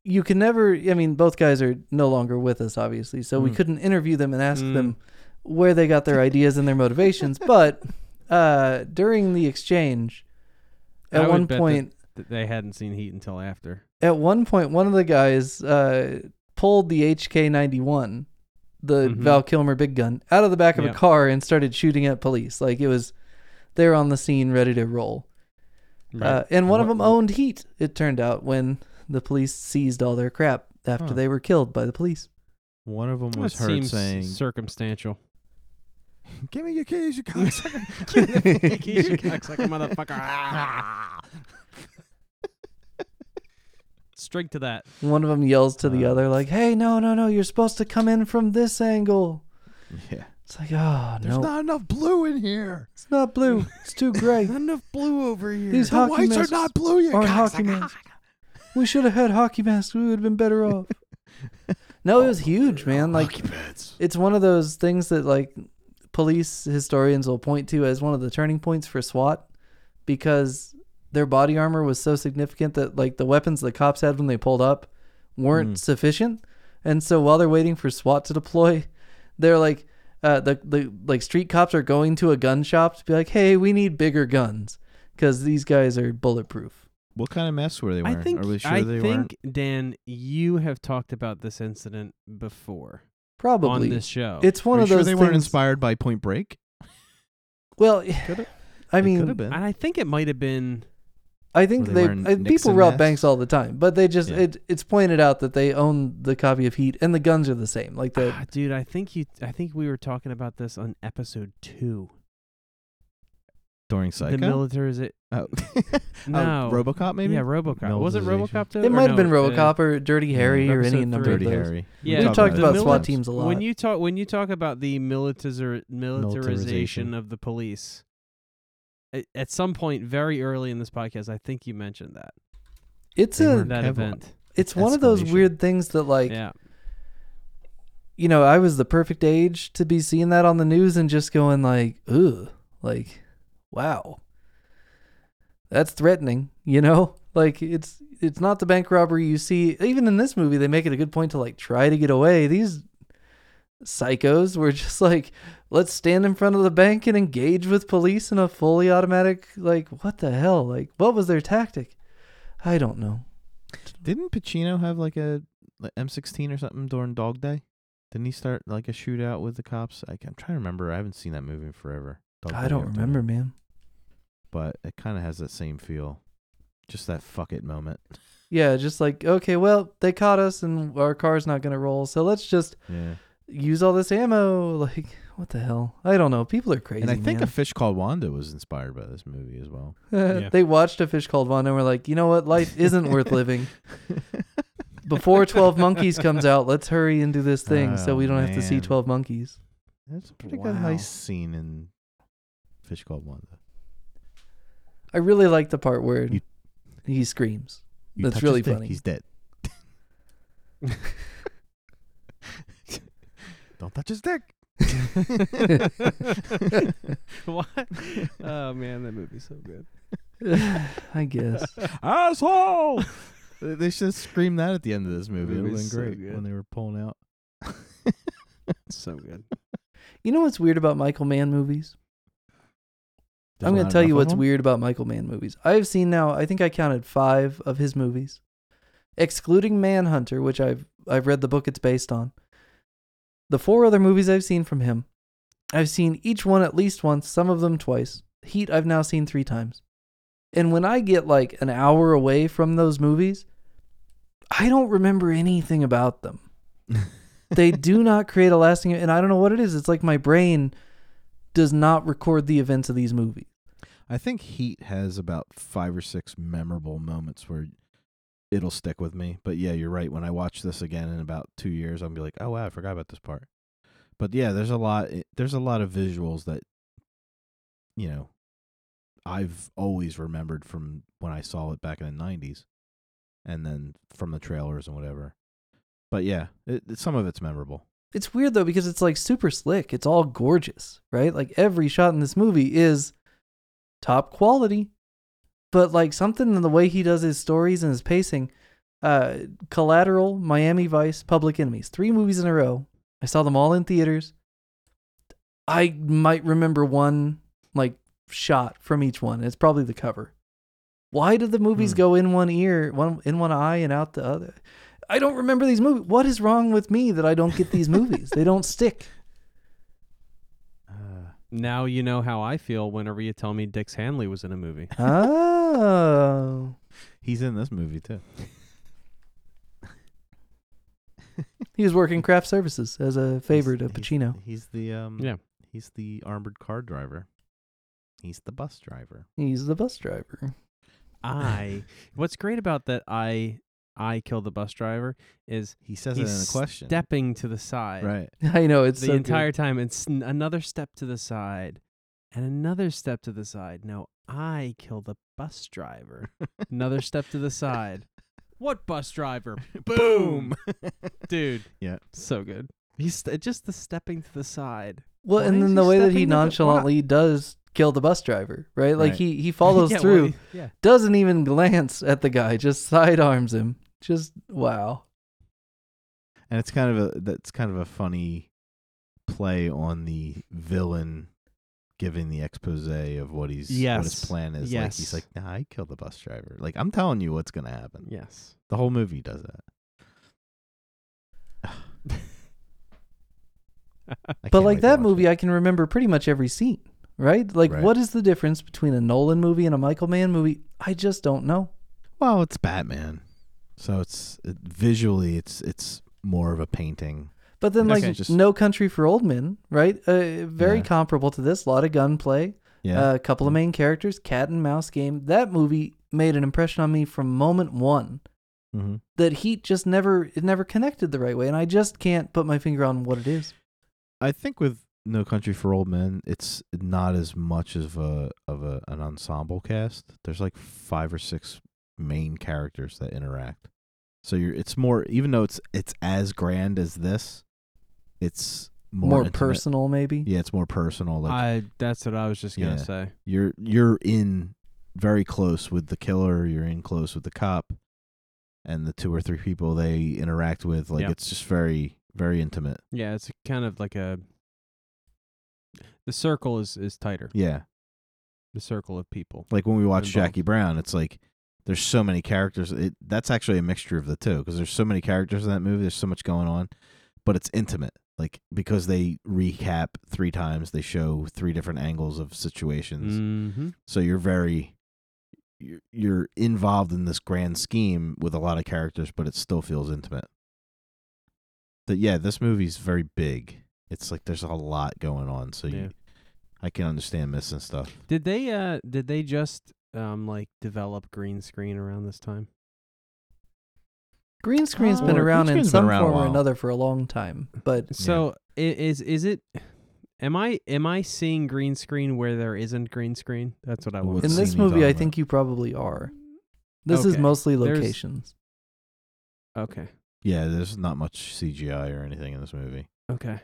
Speaker 2: you can never. I mean, both guys are no longer with us, obviously, so we
Speaker 4: Mm.
Speaker 2: couldn't interview them and ask
Speaker 4: Mm.
Speaker 2: them where they got their ideas and their motivations. But uh, during the exchange,
Speaker 4: I
Speaker 2: at
Speaker 4: would
Speaker 2: one
Speaker 4: bet that-
Speaker 2: point,
Speaker 4: Th- They hadn't seen Heat until after.
Speaker 2: at one point, one of the guys uh, pulled the HK ninety one, the
Speaker 4: Mhm.
Speaker 2: Val Kilmer big gun, out of the back of
Speaker 4: Yeah.
Speaker 2: a car and started shooting at police. Like it was, they're on the scene ready to roll. Uh, and one of
Speaker 3: What-
Speaker 2: them owned Heat, it turned out, when the police seized all their crap after
Speaker 3: Huh.
Speaker 2: they were killed by the police.
Speaker 3: One of them
Speaker 4: That
Speaker 3: was heard
Speaker 4: seems
Speaker 3: saying, (laughs)
Speaker 4: circumstantial. (laughs)
Speaker 3: "Give me your keys, you cocksucker!
Speaker 4: keys, you cocksucker, motherfucker. Ah. Straight to that.
Speaker 2: One of them yells to the
Speaker 3: Uh.
Speaker 2: other, like, "Hey, no, no, no! You're supposed to come in from this angle."
Speaker 3: Yeah,
Speaker 2: It's like, oh
Speaker 3: there's
Speaker 2: no,
Speaker 3: not enough blue in here.
Speaker 2: it's not blue. It's too (laughs) gray.
Speaker 3: Not enough blue over here.
Speaker 2: These
Speaker 3: the
Speaker 2: hockey
Speaker 3: whites are
Speaker 2: masks
Speaker 3: not blue. You
Speaker 2: aren't hockey
Speaker 3: cocksucker." (laughs)
Speaker 2: masks. we should have had hockey masks. We would have been better off. No, it was huge, man. Like
Speaker 3: hockey pads.
Speaker 2: it's one of those things that like police historians will point to as one of the turning points for SWAT because their body armor was so significant that like the weapons the cops had when they pulled up weren't
Speaker 3: Mm.
Speaker 2: sufficient. And so while they're waiting for SWAT to deploy, (laughs) they're like uh, the the like street cops are going to a gun shop to be like, "Hey, we need bigger guns because these guys are bulletproof."
Speaker 3: What kind of masks were they
Speaker 4: I
Speaker 3: wearing?
Speaker 4: think.
Speaker 3: are we sure
Speaker 4: I
Speaker 3: they
Speaker 4: think
Speaker 3: weren't?
Speaker 4: Dan, you have talked about this incident before
Speaker 2: Probably.
Speaker 4: on this show.
Speaker 2: It's one
Speaker 3: Are you
Speaker 2: of
Speaker 3: sure
Speaker 2: those
Speaker 3: they
Speaker 2: things.
Speaker 3: weren't inspired by Point Break.
Speaker 2: Well,
Speaker 3: Coulda-
Speaker 2: I
Speaker 3: could have
Speaker 2: mean,
Speaker 3: been.
Speaker 4: and I think it might have been.
Speaker 2: I think
Speaker 3: Were they
Speaker 2: they,
Speaker 3: wearing
Speaker 2: I, people
Speaker 3: Nixon
Speaker 2: rob
Speaker 3: masks?
Speaker 2: banks all the time, but they just
Speaker 3: Yeah.
Speaker 2: it, it's pointed out that they own the copy of Heat and the guns are the same. Like
Speaker 4: (sighs)
Speaker 2: the
Speaker 4: Ah, dude, I think you. I think we were talking about this on episode two.
Speaker 3: During
Speaker 4: The
Speaker 3: Psycho.
Speaker 4: military is it?
Speaker 3: oh. (laughs)
Speaker 4: No.
Speaker 3: oh, RoboCop maybe.
Speaker 4: Yeah, RoboCop. Was it
Speaker 3: Militarization.
Speaker 4: RoboCop? Too,
Speaker 2: it
Speaker 4: or
Speaker 2: might have
Speaker 4: no,
Speaker 2: been
Speaker 4: uh,
Speaker 2: RoboCop or Dirty Harry or any
Speaker 4: Episode
Speaker 2: number
Speaker 4: three.
Speaker 2: of
Speaker 3: Dirty
Speaker 2: those.
Speaker 3: Harry.
Speaker 4: Yeah.
Speaker 2: We've
Speaker 4: Talked
Speaker 2: talked
Speaker 4: about
Speaker 2: about
Speaker 4: it
Speaker 2: SWAT
Speaker 4: sometimes.
Speaker 2: teams a lot.
Speaker 4: When you talk when you talk about the militarizer, militarization
Speaker 3: Militarization.
Speaker 4: of the police, a- at some point very early in this podcast, I think you mentioned that
Speaker 2: it's
Speaker 3: They
Speaker 2: a
Speaker 3: were-
Speaker 4: that
Speaker 3: Kev-
Speaker 4: event.
Speaker 2: it's one of those
Speaker 3: escalation.
Speaker 2: weird things that like (laughs)
Speaker 4: yeah, (laughs)
Speaker 2: you know I was the perfect age to be seeing that on the news and just going like ugh like wow that's threatening you know (laughs) like it's it's not the bank robbery you see even in this movie they make it a good point to like try to get away these psychos were (laughs) just like let's stand in front of the bank and engage with police in a fully automatic like what the hell like what was their tactic i don't know
Speaker 3: Didn't Pacino have like a like M16 or something during Dog Day? Didn't he start like a shootout with the cops? I can, I'm trying to remember. I haven't seen that movie in forever. Dog
Speaker 2: i
Speaker 3: Day
Speaker 2: don't
Speaker 3: after that.
Speaker 2: remember man
Speaker 3: but it kind of has that same feel. Just that fuck it moment.
Speaker 2: Yeah, just like, okay, well, they caught us and our car's not going to roll. So let's just
Speaker 3: Yeah.
Speaker 2: use all this ammo. (laughs) Like, what the hell? I don't know. People are crazy.
Speaker 3: and I think a
Speaker 2: (laughs) man.
Speaker 3: fish called Wanda was inspired by this movie as (laughs) well.
Speaker 4: yeah.
Speaker 2: they watched A Fish Called Wanda and were like, you know what? Life isn't
Speaker 3: (laughs)
Speaker 2: worth living. Before 12 Monkeys comes out, let's hurry and do this thing so
Speaker 3: Oh,
Speaker 2: we don't have to see
Speaker 3: man.
Speaker 2: 12 Monkeys.
Speaker 3: That's a pretty good
Speaker 4: Wow.
Speaker 3: heist scene in Fish Called Wanda.
Speaker 2: I really like the part where
Speaker 3: You-
Speaker 2: he
Speaker 3: (laughs)
Speaker 2: screams. (laughs)
Speaker 3: You
Speaker 2: That's
Speaker 3: touch his
Speaker 2: really
Speaker 3: dick,
Speaker 2: funny. (laughs)
Speaker 3: He's dead. Don't touch his dick.
Speaker 2: (laughs)
Speaker 4: what? Oh man, that movie's so good.
Speaker 2: I guess.
Speaker 3: (laughs) Asshole!
Speaker 4: Oh.
Speaker 3: They- they should scream that at the end of this movie. It would have been
Speaker 4: Movie's so
Speaker 3: great
Speaker 4: good.
Speaker 3: when they were pulling out.
Speaker 4: (laughs) So good.
Speaker 2: You know what's weird about Michael Mann movies?
Speaker 3: There's
Speaker 2: I'm going
Speaker 3: not
Speaker 2: to tell
Speaker 3: enough
Speaker 2: you
Speaker 3: of
Speaker 2: what's
Speaker 3: them?
Speaker 2: weird about Michael Mann movies. I've seen now, I think I counted 5 of his movies, excluding Manhunter, which I've I've read the book it's based on. The four other movies I've seen from him, I've seen each one at least once, some of them twice. Heat I've now seen 3 times. And when I get like an hour away from those movies, I don't remember anything about them.
Speaker 3: (laughs)
Speaker 2: they do not create a lasting and I don't know what it is. It's like my brain does not record the events of these movies.
Speaker 3: I think Heat has about five or six memorable moments where it'll stick with me. But yeah, you're right. When I watch this again in about two years, I'll be like, oh wow, I forgot about this part. But yeah, there's a lot. it- There's a lot of visuals that, you know, I've always remembered from when I saw it back in the '90s, and then from the trailers and whatever. But yeah, it, it- some of it's memorable.
Speaker 2: It's weird though because it's like super slick. It's all gorgeous, right? Like every shot in this movie is top quality. But like something in the way he does his stories and his pacing, uh Collateral, Miami Vice, Public Enemies, three movies in a row. I saw them all in theaters. I might remember one like shot from each one. It's probably the cover. Why did the movies
Speaker 3: Hmm.
Speaker 2: go in one ear, one in one eye and out the other? I don't remember these movies. What is wrong with me that I don't get these movies? They don't
Speaker 3: (laughs)
Speaker 2: stick.
Speaker 3: Uh,
Speaker 4: Now you know how I feel whenever you tell me Dix Hanley was in a movie.
Speaker 2: Oh.
Speaker 3: He's in this movie too.
Speaker 2: He was working craft services as a favor to Pacino.
Speaker 3: He's, the um
Speaker 4: Yeah.
Speaker 3: He's the armored car driver. He's the bus driver.
Speaker 2: He's the bus driver. (laughs)
Speaker 4: I. (laughs) What's great about that? I. I kill the bus driver is
Speaker 3: He says it in
Speaker 4: he's
Speaker 3: a question.
Speaker 4: stepping to the side.
Speaker 3: right.
Speaker 2: I know it's
Speaker 4: the
Speaker 2: so good.
Speaker 4: entire time. It's n- another step to the side, and another step to the side. No, I kill the bus driver. another step to the side. (laughs) What bus (laughs) driver,
Speaker 3: Boom.
Speaker 4: dude?
Speaker 3: Yeah.
Speaker 4: so good. He's st- just the stepping to the side.
Speaker 2: Well,
Speaker 4: Why
Speaker 2: and
Speaker 4: is
Speaker 2: then
Speaker 4: he
Speaker 2: the way that he
Speaker 4: stepping to the- why not-
Speaker 2: nonchalantly does kill the bus driver, right? Like
Speaker 3: Right.
Speaker 2: he
Speaker 3: (laughs)
Speaker 2: he follows
Speaker 4: (laughs) Yeah, well,
Speaker 2: through,
Speaker 4: he- yeah,
Speaker 2: doesn't even glance at the guy, just sidearms him. Just wow.
Speaker 3: and it's kind of a that's kind of a funny play on the villain giving the expose of what he's what his
Speaker 4: Yes.
Speaker 3: plan is. Like he's
Speaker 4: Yes.
Speaker 3: like, nah, I killed the bus driver. Like I'm telling you what's gonna happen.
Speaker 4: yes.
Speaker 3: The whole movie does
Speaker 4: (laughs)
Speaker 3: that. I
Speaker 2: But
Speaker 3: can't wait
Speaker 2: like
Speaker 3: to
Speaker 2: that
Speaker 3: watch
Speaker 2: movie,
Speaker 3: it.
Speaker 2: I can remember pretty much every scene, right? Like
Speaker 3: Right.
Speaker 2: what is the difference between a Nolan movie and a Michael Mann movie? I just don't know.
Speaker 3: Well, it's Batman, so it's it, visually it's it's more of a painting.
Speaker 2: But then
Speaker 4: Okay.
Speaker 2: like
Speaker 3: Just-
Speaker 2: No Country for Old Men, right? Uh, very
Speaker 3: Yeah.
Speaker 2: comparable to this, a lot of gunplay.
Speaker 3: Yeah,
Speaker 2: Uh, a couple of main characters, cat and mouse game. That movie made an impression on me from moment one.
Speaker 3: mm-hmm.
Speaker 2: That Heat just never it never connected the right way, and I just can't put my finger on what it is.
Speaker 3: I think with No Country for Old Men, it's not as much of a of a an ensemble cast. There's like five or six main characters that interact. So you're it's more even though it's it's as grand as this, it's more,
Speaker 2: More,
Speaker 3: intimate.
Speaker 2: personal, maybe.
Speaker 3: Yeah, it's more personal. Like
Speaker 4: I. That's what I was just gonna
Speaker 3: Yeah.
Speaker 4: say.
Speaker 3: you're you're in very close with the killer you're in close with the cop and the two or three people they interact with like
Speaker 4: Yeah.
Speaker 3: it's just very very intimate
Speaker 4: Yeah, it's kind of like a. The circle is is tighter.
Speaker 3: yeah
Speaker 4: The circle of people.
Speaker 3: like when we watch
Speaker 4: Involved.
Speaker 3: jackie brown it's like there's so many characters it, that's actually a mixture of the two because there's so many characters in that movie there's so much going on but it's intimate like because they recap three times they show three different angles of situations
Speaker 4: Mm-hmm.
Speaker 3: so you're very you're- you're involved in this grand scheme with a lot of characters but it still feels intimate but yeah this movie's very big it's like there's a lot going on so
Speaker 4: Yeah.
Speaker 3: you, i can understand missing stuff
Speaker 4: Did they uh did they just um like develop green screen around this time?
Speaker 2: Green screen's
Speaker 4: Oh,
Speaker 2: been
Speaker 4: green
Speaker 2: around in
Speaker 3: screen's been
Speaker 2: some
Speaker 3: around a
Speaker 2: form or
Speaker 3: while.
Speaker 2: another for a long time, but
Speaker 4: So i- is is it am I am I seeing green screen where there isn't green screen? That's what I
Speaker 3: Well,
Speaker 4: want.
Speaker 3: What
Speaker 2: in
Speaker 3: scene
Speaker 2: this
Speaker 3: are you
Speaker 2: movie, I
Speaker 3: talking
Speaker 2: think you probably are. This is
Speaker 4: Okay.
Speaker 2: mostly
Speaker 4: There's-
Speaker 2: locations.
Speaker 4: Okay.
Speaker 3: Yeah, there's not much CGI or anything in this movie.
Speaker 4: Okay.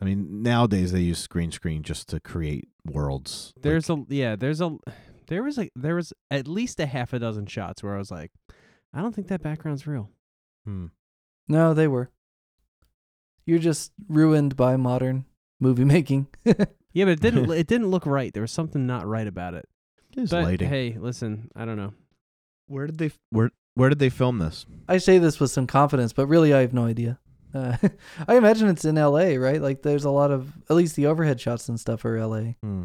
Speaker 3: I mean, nowadays they use green screen just to create worlds. Like,
Speaker 4: There's a yeah, there's a there was like there was at least a half a dozen shots where I was like, I don't think that background's real.
Speaker 3: hmm.
Speaker 2: No, they were. You're just ruined by modern movie making. (laughs)
Speaker 4: Yeah, but
Speaker 3: (laughs)
Speaker 4: it didn't it didn't look right. There was something not right about it.
Speaker 3: There's
Speaker 4: but
Speaker 3: lighting.
Speaker 4: hey, listen, I don't know.
Speaker 3: Where did they f- where where did they film this?
Speaker 2: I say this with some confidence, but really I have no idea. Uh, (laughs) I imagine it's in LA, right? Like there's a lot of at least the overhead shots and stuff are LA.
Speaker 3: Hmm.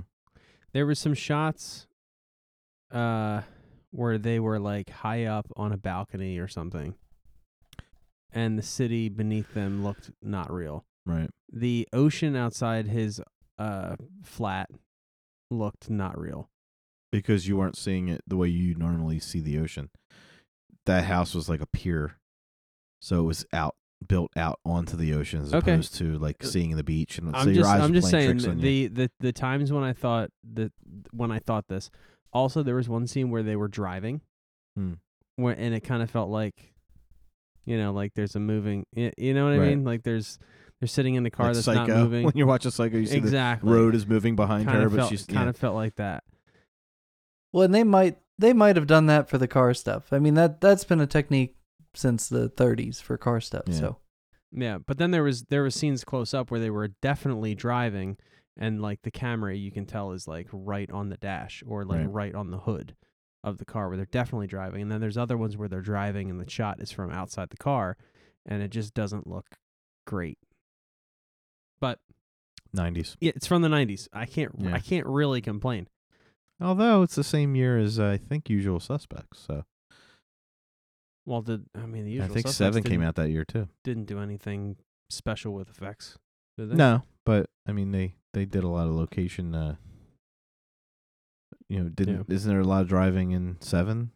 Speaker 4: There were some shots uh where they were like high up on a balcony or something. And the city beneath them looked not real.
Speaker 3: Right.
Speaker 4: The ocean outside his uh flat looked not real.
Speaker 3: Because you weren't seeing it the way you normally see the ocean. That house was like a pier. So it was out built out onto the ocean as
Speaker 4: Okay.
Speaker 3: opposed to like seeing the beach and so
Speaker 4: I'm
Speaker 3: your
Speaker 4: just
Speaker 3: eyes
Speaker 4: I'm
Speaker 3: were
Speaker 4: just
Speaker 3: playing
Speaker 4: saying
Speaker 3: tricks on you.
Speaker 4: the, the the times when I thought that when I thought this. Also there was one scene where they were driving
Speaker 3: Hmm.
Speaker 4: where and it kind of felt like you know like there's a moving y- you know what I
Speaker 3: Right.
Speaker 4: mean like there's they're sitting in the car
Speaker 3: Like
Speaker 4: that's
Speaker 3: Psycho.
Speaker 4: not
Speaker 3: (laughs)
Speaker 4: moving
Speaker 3: When you're watching Psycho, you see the
Speaker 4: exactly
Speaker 3: road is moving behind
Speaker 4: kind
Speaker 3: her,
Speaker 4: of
Speaker 3: but
Speaker 4: felt,
Speaker 3: she's
Speaker 4: kind
Speaker 3: yeah.
Speaker 4: of felt like that
Speaker 2: Well, and they might they might have done that for the car stuff. I mean that that's been a technique since the 30s for car stuff.
Speaker 3: Yeah.
Speaker 2: So
Speaker 4: yeah but then there was there was scenes close up where they were definitely driving and like the camera you can tell is like right on the dash or like
Speaker 3: Right.
Speaker 4: right, on the hood of the car where they're definitely driving and then there's other ones where they're driving and the shot is from outside the car and it just doesn't look great but
Speaker 3: 90s.
Speaker 4: yeah, it's from the 90s i can't
Speaker 3: Yeah.
Speaker 4: i can't really complain
Speaker 3: Although it's the same year as I think Usual Suspects, so
Speaker 4: Well, did I mean the usual?
Speaker 3: I think
Speaker 4: Suspects
Speaker 3: Seven came
Speaker 4: didn't-
Speaker 3: out that year too.
Speaker 4: Didn't do anything special with effects. Did they?
Speaker 3: No, but I mean they they did a lot of location. uh You know, didn't isn't there a lot of driving in Seven?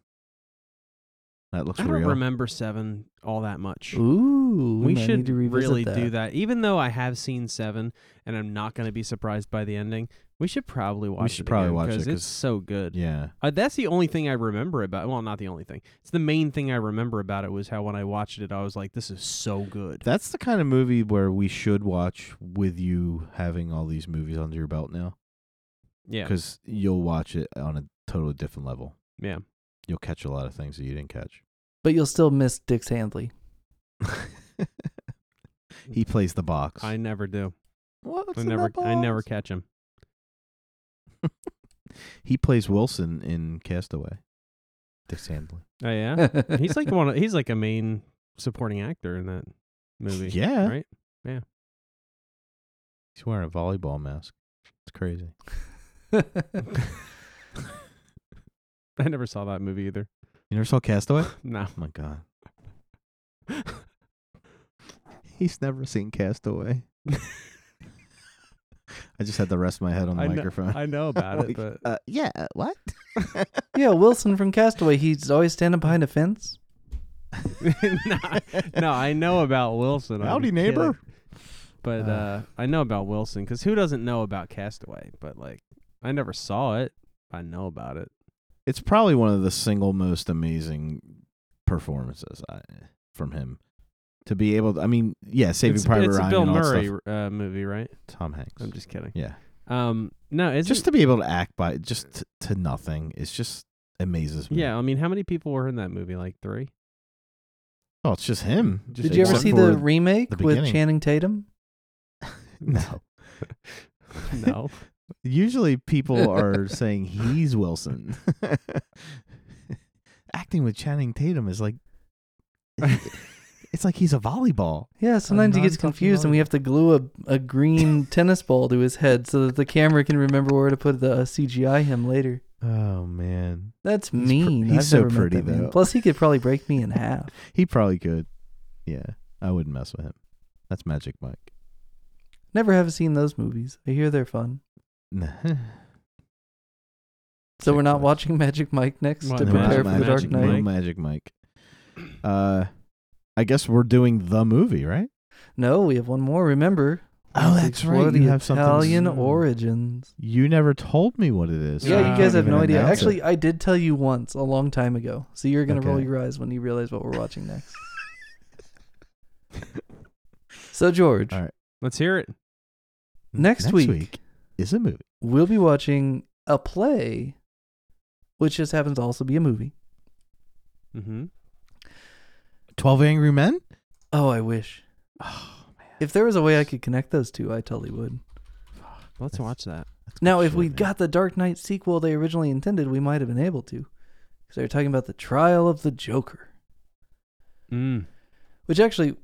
Speaker 3: That looks
Speaker 4: I don't
Speaker 3: real.
Speaker 4: remember Seven all that much.
Speaker 2: ooh,
Speaker 4: we
Speaker 2: might
Speaker 4: should
Speaker 2: need to revisit
Speaker 4: really
Speaker 2: that.
Speaker 4: do that. Even though I have seen Seven, and I'm not going to be surprised by the ending. We should probably watch.
Speaker 3: should
Speaker 4: it
Speaker 3: probably
Speaker 4: again
Speaker 3: watch it
Speaker 4: 'cause
Speaker 3: 'cause-
Speaker 4: it's so good.
Speaker 3: Yeah,
Speaker 4: Uh, that's the only thing I remember about. Well, not the only thing. It's the main thing I remember about it was how when I watched it, I was like, "This is so good."
Speaker 3: that's the kind of movie where we should watch with you having all these movies under your belt now,
Speaker 4: yeah,
Speaker 3: because you'll watch it on a totally different level.
Speaker 4: yeah.
Speaker 3: You'll catch a lot of things that you didn't catch. (laughs)
Speaker 2: But you'll still miss Dix Handley.
Speaker 3: he plays the box.
Speaker 4: I never do.
Speaker 3: What's
Speaker 4: I
Speaker 3: in
Speaker 4: never.
Speaker 3: the
Speaker 4: I never
Speaker 3: box?
Speaker 4: catch him.
Speaker 3: He plays Wilson in Castaway. Dick Handley.
Speaker 4: Oh yeah.
Speaker 3: (laughs)
Speaker 4: (laughs) he's like one. Of, he's like a main supporting actor in that movie.
Speaker 3: Yeah.
Speaker 4: right.
Speaker 3: He's wearing a volleyball mask. It's crazy.
Speaker 4: I never saw that movie either. (laughs)
Speaker 3: You never saw Castaway? oh (laughs)
Speaker 4: No.
Speaker 3: my god. He's never seen
Speaker 4: (laughs)
Speaker 3: Castaway. I just had to rest my head on the
Speaker 4: I know-
Speaker 3: microphone. (laughs)
Speaker 4: I know about it, but
Speaker 3: uh, yeah, uh,
Speaker 4: (laughs)
Speaker 3: what?
Speaker 2: (laughs) yeah, Wilson from Castaway. He's always standing behind a fence.
Speaker 4: no, no, I know about Wilson. I'm
Speaker 3: Howdy, neighbor.
Speaker 4: kidding. But
Speaker 3: Uh.
Speaker 4: uh, I know about Wilson because who doesn't know about Castaway? But like, I never saw it. I know about it.
Speaker 3: It's probably one of the single most amazing performances I, from him. To be able to, I mean, yeah, Saving
Speaker 4: it's,
Speaker 3: Private
Speaker 4: it's
Speaker 3: Ryan
Speaker 4: a Bill
Speaker 3: and all that
Speaker 4: Murray
Speaker 3: stuff.
Speaker 4: uh, movie, right?
Speaker 3: Tom Hanks.
Speaker 4: I'm just kidding.
Speaker 3: yeah.
Speaker 4: Um, no, it's
Speaker 3: just to be able to act by just t- to nothing it's just amazes me.
Speaker 4: yeah. I mean, how many people were in that movie? Like
Speaker 3: (laughs)
Speaker 4: three.
Speaker 3: Oh, it's just him.
Speaker 4: Did
Speaker 3: Just
Speaker 2: Did you ever
Speaker 3: except
Speaker 2: see
Speaker 3: for-
Speaker 2: the remake
Speaker 3: the
Speaker 2: with
Speaker 3: beginning.
Speaker 2: Channing Tatum?
Speaker 3: No.
Speaker 4: no.
Speaker 3: Usually
Speaker 2: (laughs)
Speaker 3: people are saying he's Wilson. (laughs) Acting with Channing Tatum is
Speaker 2: (laughs)
Speaker 3: like it's like he's a volleyball.
Speaker 2: Yeah, sometimes he gets
Speaker 3: non-talking
Speaker 2: confused and we
Speaker 3: volleyball.
Speaker 2: have to glue a, a
Speaker 3: (laughs)
Speaker 2: green tennis ball to his head so that the camera can remember where to put the uh, CGI him later.
Speaker 3: Oh man.
Speaker 2: That's
Speaker 3: He's pr-
Speaker 2: mean.
Speaker 3: he's
Speaker 2: I've
Speaker 3: so
Speaker 2: never met
Speaker 3: pretty,
Speaker 2: that man.
Speaker 3: though.
Speaker 2: Plus, he could probably break me in half.
Speaker 3: He probably could. Yeah. I wouldn't mess with him. That's Magic Mike. (laughs)
Speaker 2: Never have seen those movies. I hear they're fun.
Speaker 3: Nah.
Speaker 2: So we're not
Speaker 3: Exactly.
Speaker 2: watching Magic Mike next
Speaker 4: Well,
Speaker 2: to
Speaker 4: no,
Speaker 2: prepare
Speaker 4: Magic
Speaker 2: for
Speaker 4: Mike.
Speaker 2: the Dark
Speaker 4: Magic Mike.
Speaker 2: Knight.
Speaker 3: No Magic Mike. Uh I guess we're doing the movie, right?
Speaker 2: No, we have one more. Remember,
Speaker 3: Oh,
Speaker 2: It's
Speaker 3: that's right.
Speaker 2: Explore
Speaker 3: You
Speaker 2: the
Speaker 3: have something
Speaker 2: Italian
Speaker 4: soon.
Speaker 2: origins.
Speaker 3: You never told me what it is.
Speaker 4: So
Speaker 2: yeah,
Speaker 4: I
Speaker 2: you guys
Speaker 4: didn't
Speaker 2: have
Speaker 4: even
Speaker 2: no idea.
Speaker 3: announce it.
Speaker 2: Actually, I did tell you once a long time ago. So you're gonna roll
Speaker 3: Okay.
Speaker 2: your eyes when you realize what we're watching next. so George,
Speaker 3: (laughs) All right.
Speaker 4: Let's hear it.
Speaker 2: next, week,
Speaker 3: is a movie.
Speaker 2: we'll be watching a play, which just happens to also be a movie.
Speaker 4: Mm-hmm.
Speaker 3: Twelve Angry Men.
Speaker 2: Oh, I wish.
Speaker 3: Oh man,
Speaker 2: (sighs) If there was a way I could connect those two, I totally would.
Speaker 4: Let's watch that.
Speaker 3: that's good
Speaker 2: Now, if
Speaker 3: shit,
Speaker 2: we
Speaker 3: man.
Speaker 2: got the Dark Knight sequel they originally intended, we might have been able to. Because they were talking about the trial of the Joker,
Speaker 4: Mm.
Speaker 2: which actually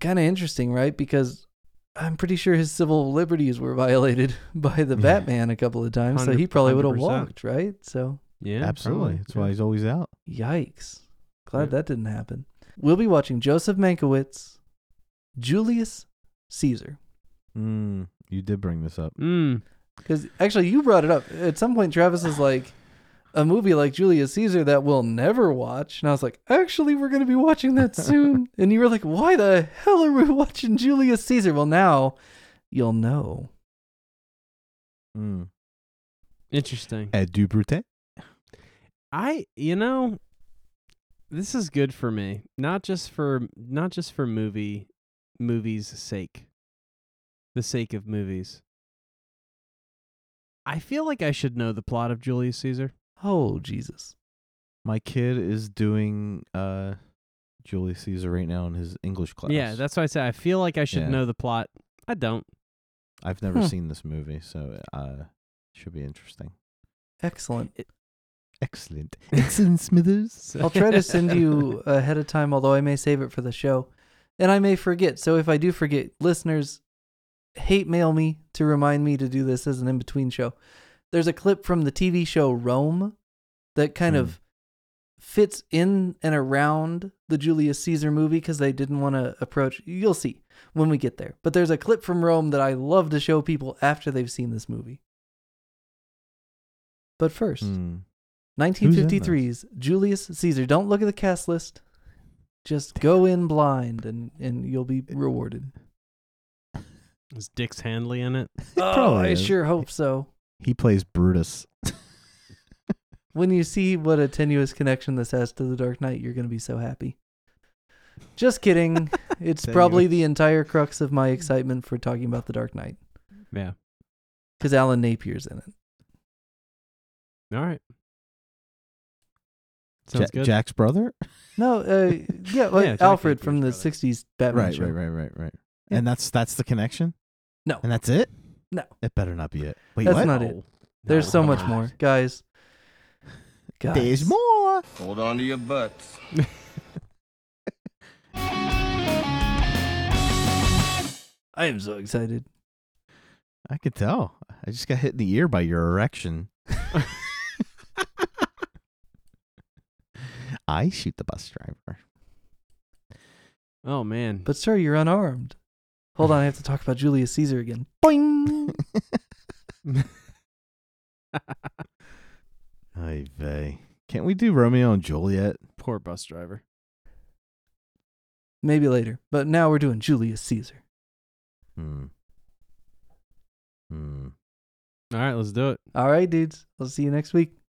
Speaker 2: kind of interesting, right? Because I'm pretty sure his civil liberties were (laughs) violated by (laughs) the
Speaker 3: Yeah.
Speaker 2: Batman a couple of times, so he
Speaker 4: Hundred-
Speaker 2: probably would have
Speaker 4: 100%.
Speaker 2: walked, right? So,
Speaker 4: Yeah.
Speaker 3: absolutely,
Speaker 4: probably.
Speaker 3: that's why he's always out.
Speaker 2: yikes. Glad
Speaker 4: Yeah.
Speaker 2: that didn't happen. We'll be watching Joseph Mankiewicz, Julius Caesar.
Speaker 3: Mm, you did bring this up.
Speaker 4: Mm.
Speaker 2: Because actually, you brought it up. At some point, Travis is like, a movie like Julius Caesar that we'll never watch. And I was like, actually, we're going to be watching that soon. and you were like, why the hell are we (laughs) watching Julius Caesar? Well, now you'll know.
Speaker 3: Mm.
Speaker 4: Interesting.
Speaker 3: Ed du Brute.
Speaker 4: I you know this is good for me. Not just for not just for movie movies sake. The sake of movies. I feel like I should know the plot of Julius Caesar.
Speaker 2: Oh, Jesus.
Speaker 3: My kid is doing uh, Julius Caesar right now in his English class.
Speaker 4: Yeah, that's why I say I feel like I should
Speaker 3: Yeah.
Speaker 4: know the plot. I don't.
Speaker 3: I've never
Speaker 2: Hmm.
Speaker 3: seen this movie, so uh, should be interesting.
Speaker 2: Excellent.
Speaker 3: Excellent, excellent, Smithers.
Speaker 4: (laughs) So-
Speaker 2: I'll try to send you ahead of time, although I may save it for the show. And I may forget. So if I do forget, listeners, hate mail me to remind me to do this as an in between show. There's a clip from the TV show Rome that kind of fits in and around the Julius Caesar movie because they didn't want to approach. You'll see when we get there. But there's a clip from Rome that I love to show people after they've seen this movie. But first,
Speaker 3: Mm.
Speaker 2: 1953's Julius Caesar. Don't look at the cast list. Just go in blind and, and you'll be
Speaker 3: (laughs)
Speaker 2: rewarded.
Speaker 4: Is Dix Handley in it?
Speaker 2: Oh, I
Speaker 3: is.
Speaker 2: sure hope so.
Speaker 3: He plays Brutus.
Speaker 2: When you see what a tenuous connection this has to The Dark Knight, you're going to be so happy. Just
Speaker 3: (laughs)
Speaker 2: kidding. It's probably the entire crux of my excitement for talking about The Dark Knight
Speaker 4: (laughs) Yeah.
Speaker 2: because Alan Napier's in it.
Speaker 4: All right.
Speaker 3: Ja-
Speaker 4: Sounds good.
Speaker 3: Jack's brother.
Speaker 2: No,
Speaker 3: (laughs)
Speaker 2: uh, yeah, like
Speaker 4: Yeah, Jack
Speaker 2: Alfred from the
Speaker 4: Napier's brother.
Speaker 2: 60s Batman
Speaker 3: Right,
Speaker 2: show.
Speaker 3: right, right, right, right.
Speaker 2: Yeah.
Speaker 3: And that's that's the connection.
Speaker 2: No.
Speaker 3: And that's it.
Speaker 2: No.
Speaker 3: It better not be it. Wait,
Speaker 2: That's
Speaker 3: what?
Speaker 2: not it. There's
Speaker 4: No,
Speaker 2: so
Speaker 4: come
Speaker 2: much
Speaker 4: on.
Speaker 2: more. Guys. Guys.
Speaker 3: There's more.
Speaker 1: Hold on to your butts.
Speaker 2: I am so excited.
Speaker 3: (laughs) I could tell. I just got hit in the ear by your erection. (laughs) I shoot the bus driver.
Speaker 4: Oh man.
Speaker 2: But sir, you're unarmed. Hold on, I have to talk about Julius Caesar again. Boing.
Speaker 3: Ay vey. Can't we do Romeo and Juliet?
Speaker 4: Poor bus driver.
Speaker 2: Maybe later. But now we're doing Julius Caesar.
Speaker 3: Hmm. Hmm. 嗯
Speaker 4: All right, let's do it.
Speaker 2: All right, dudes. I'll see you next week.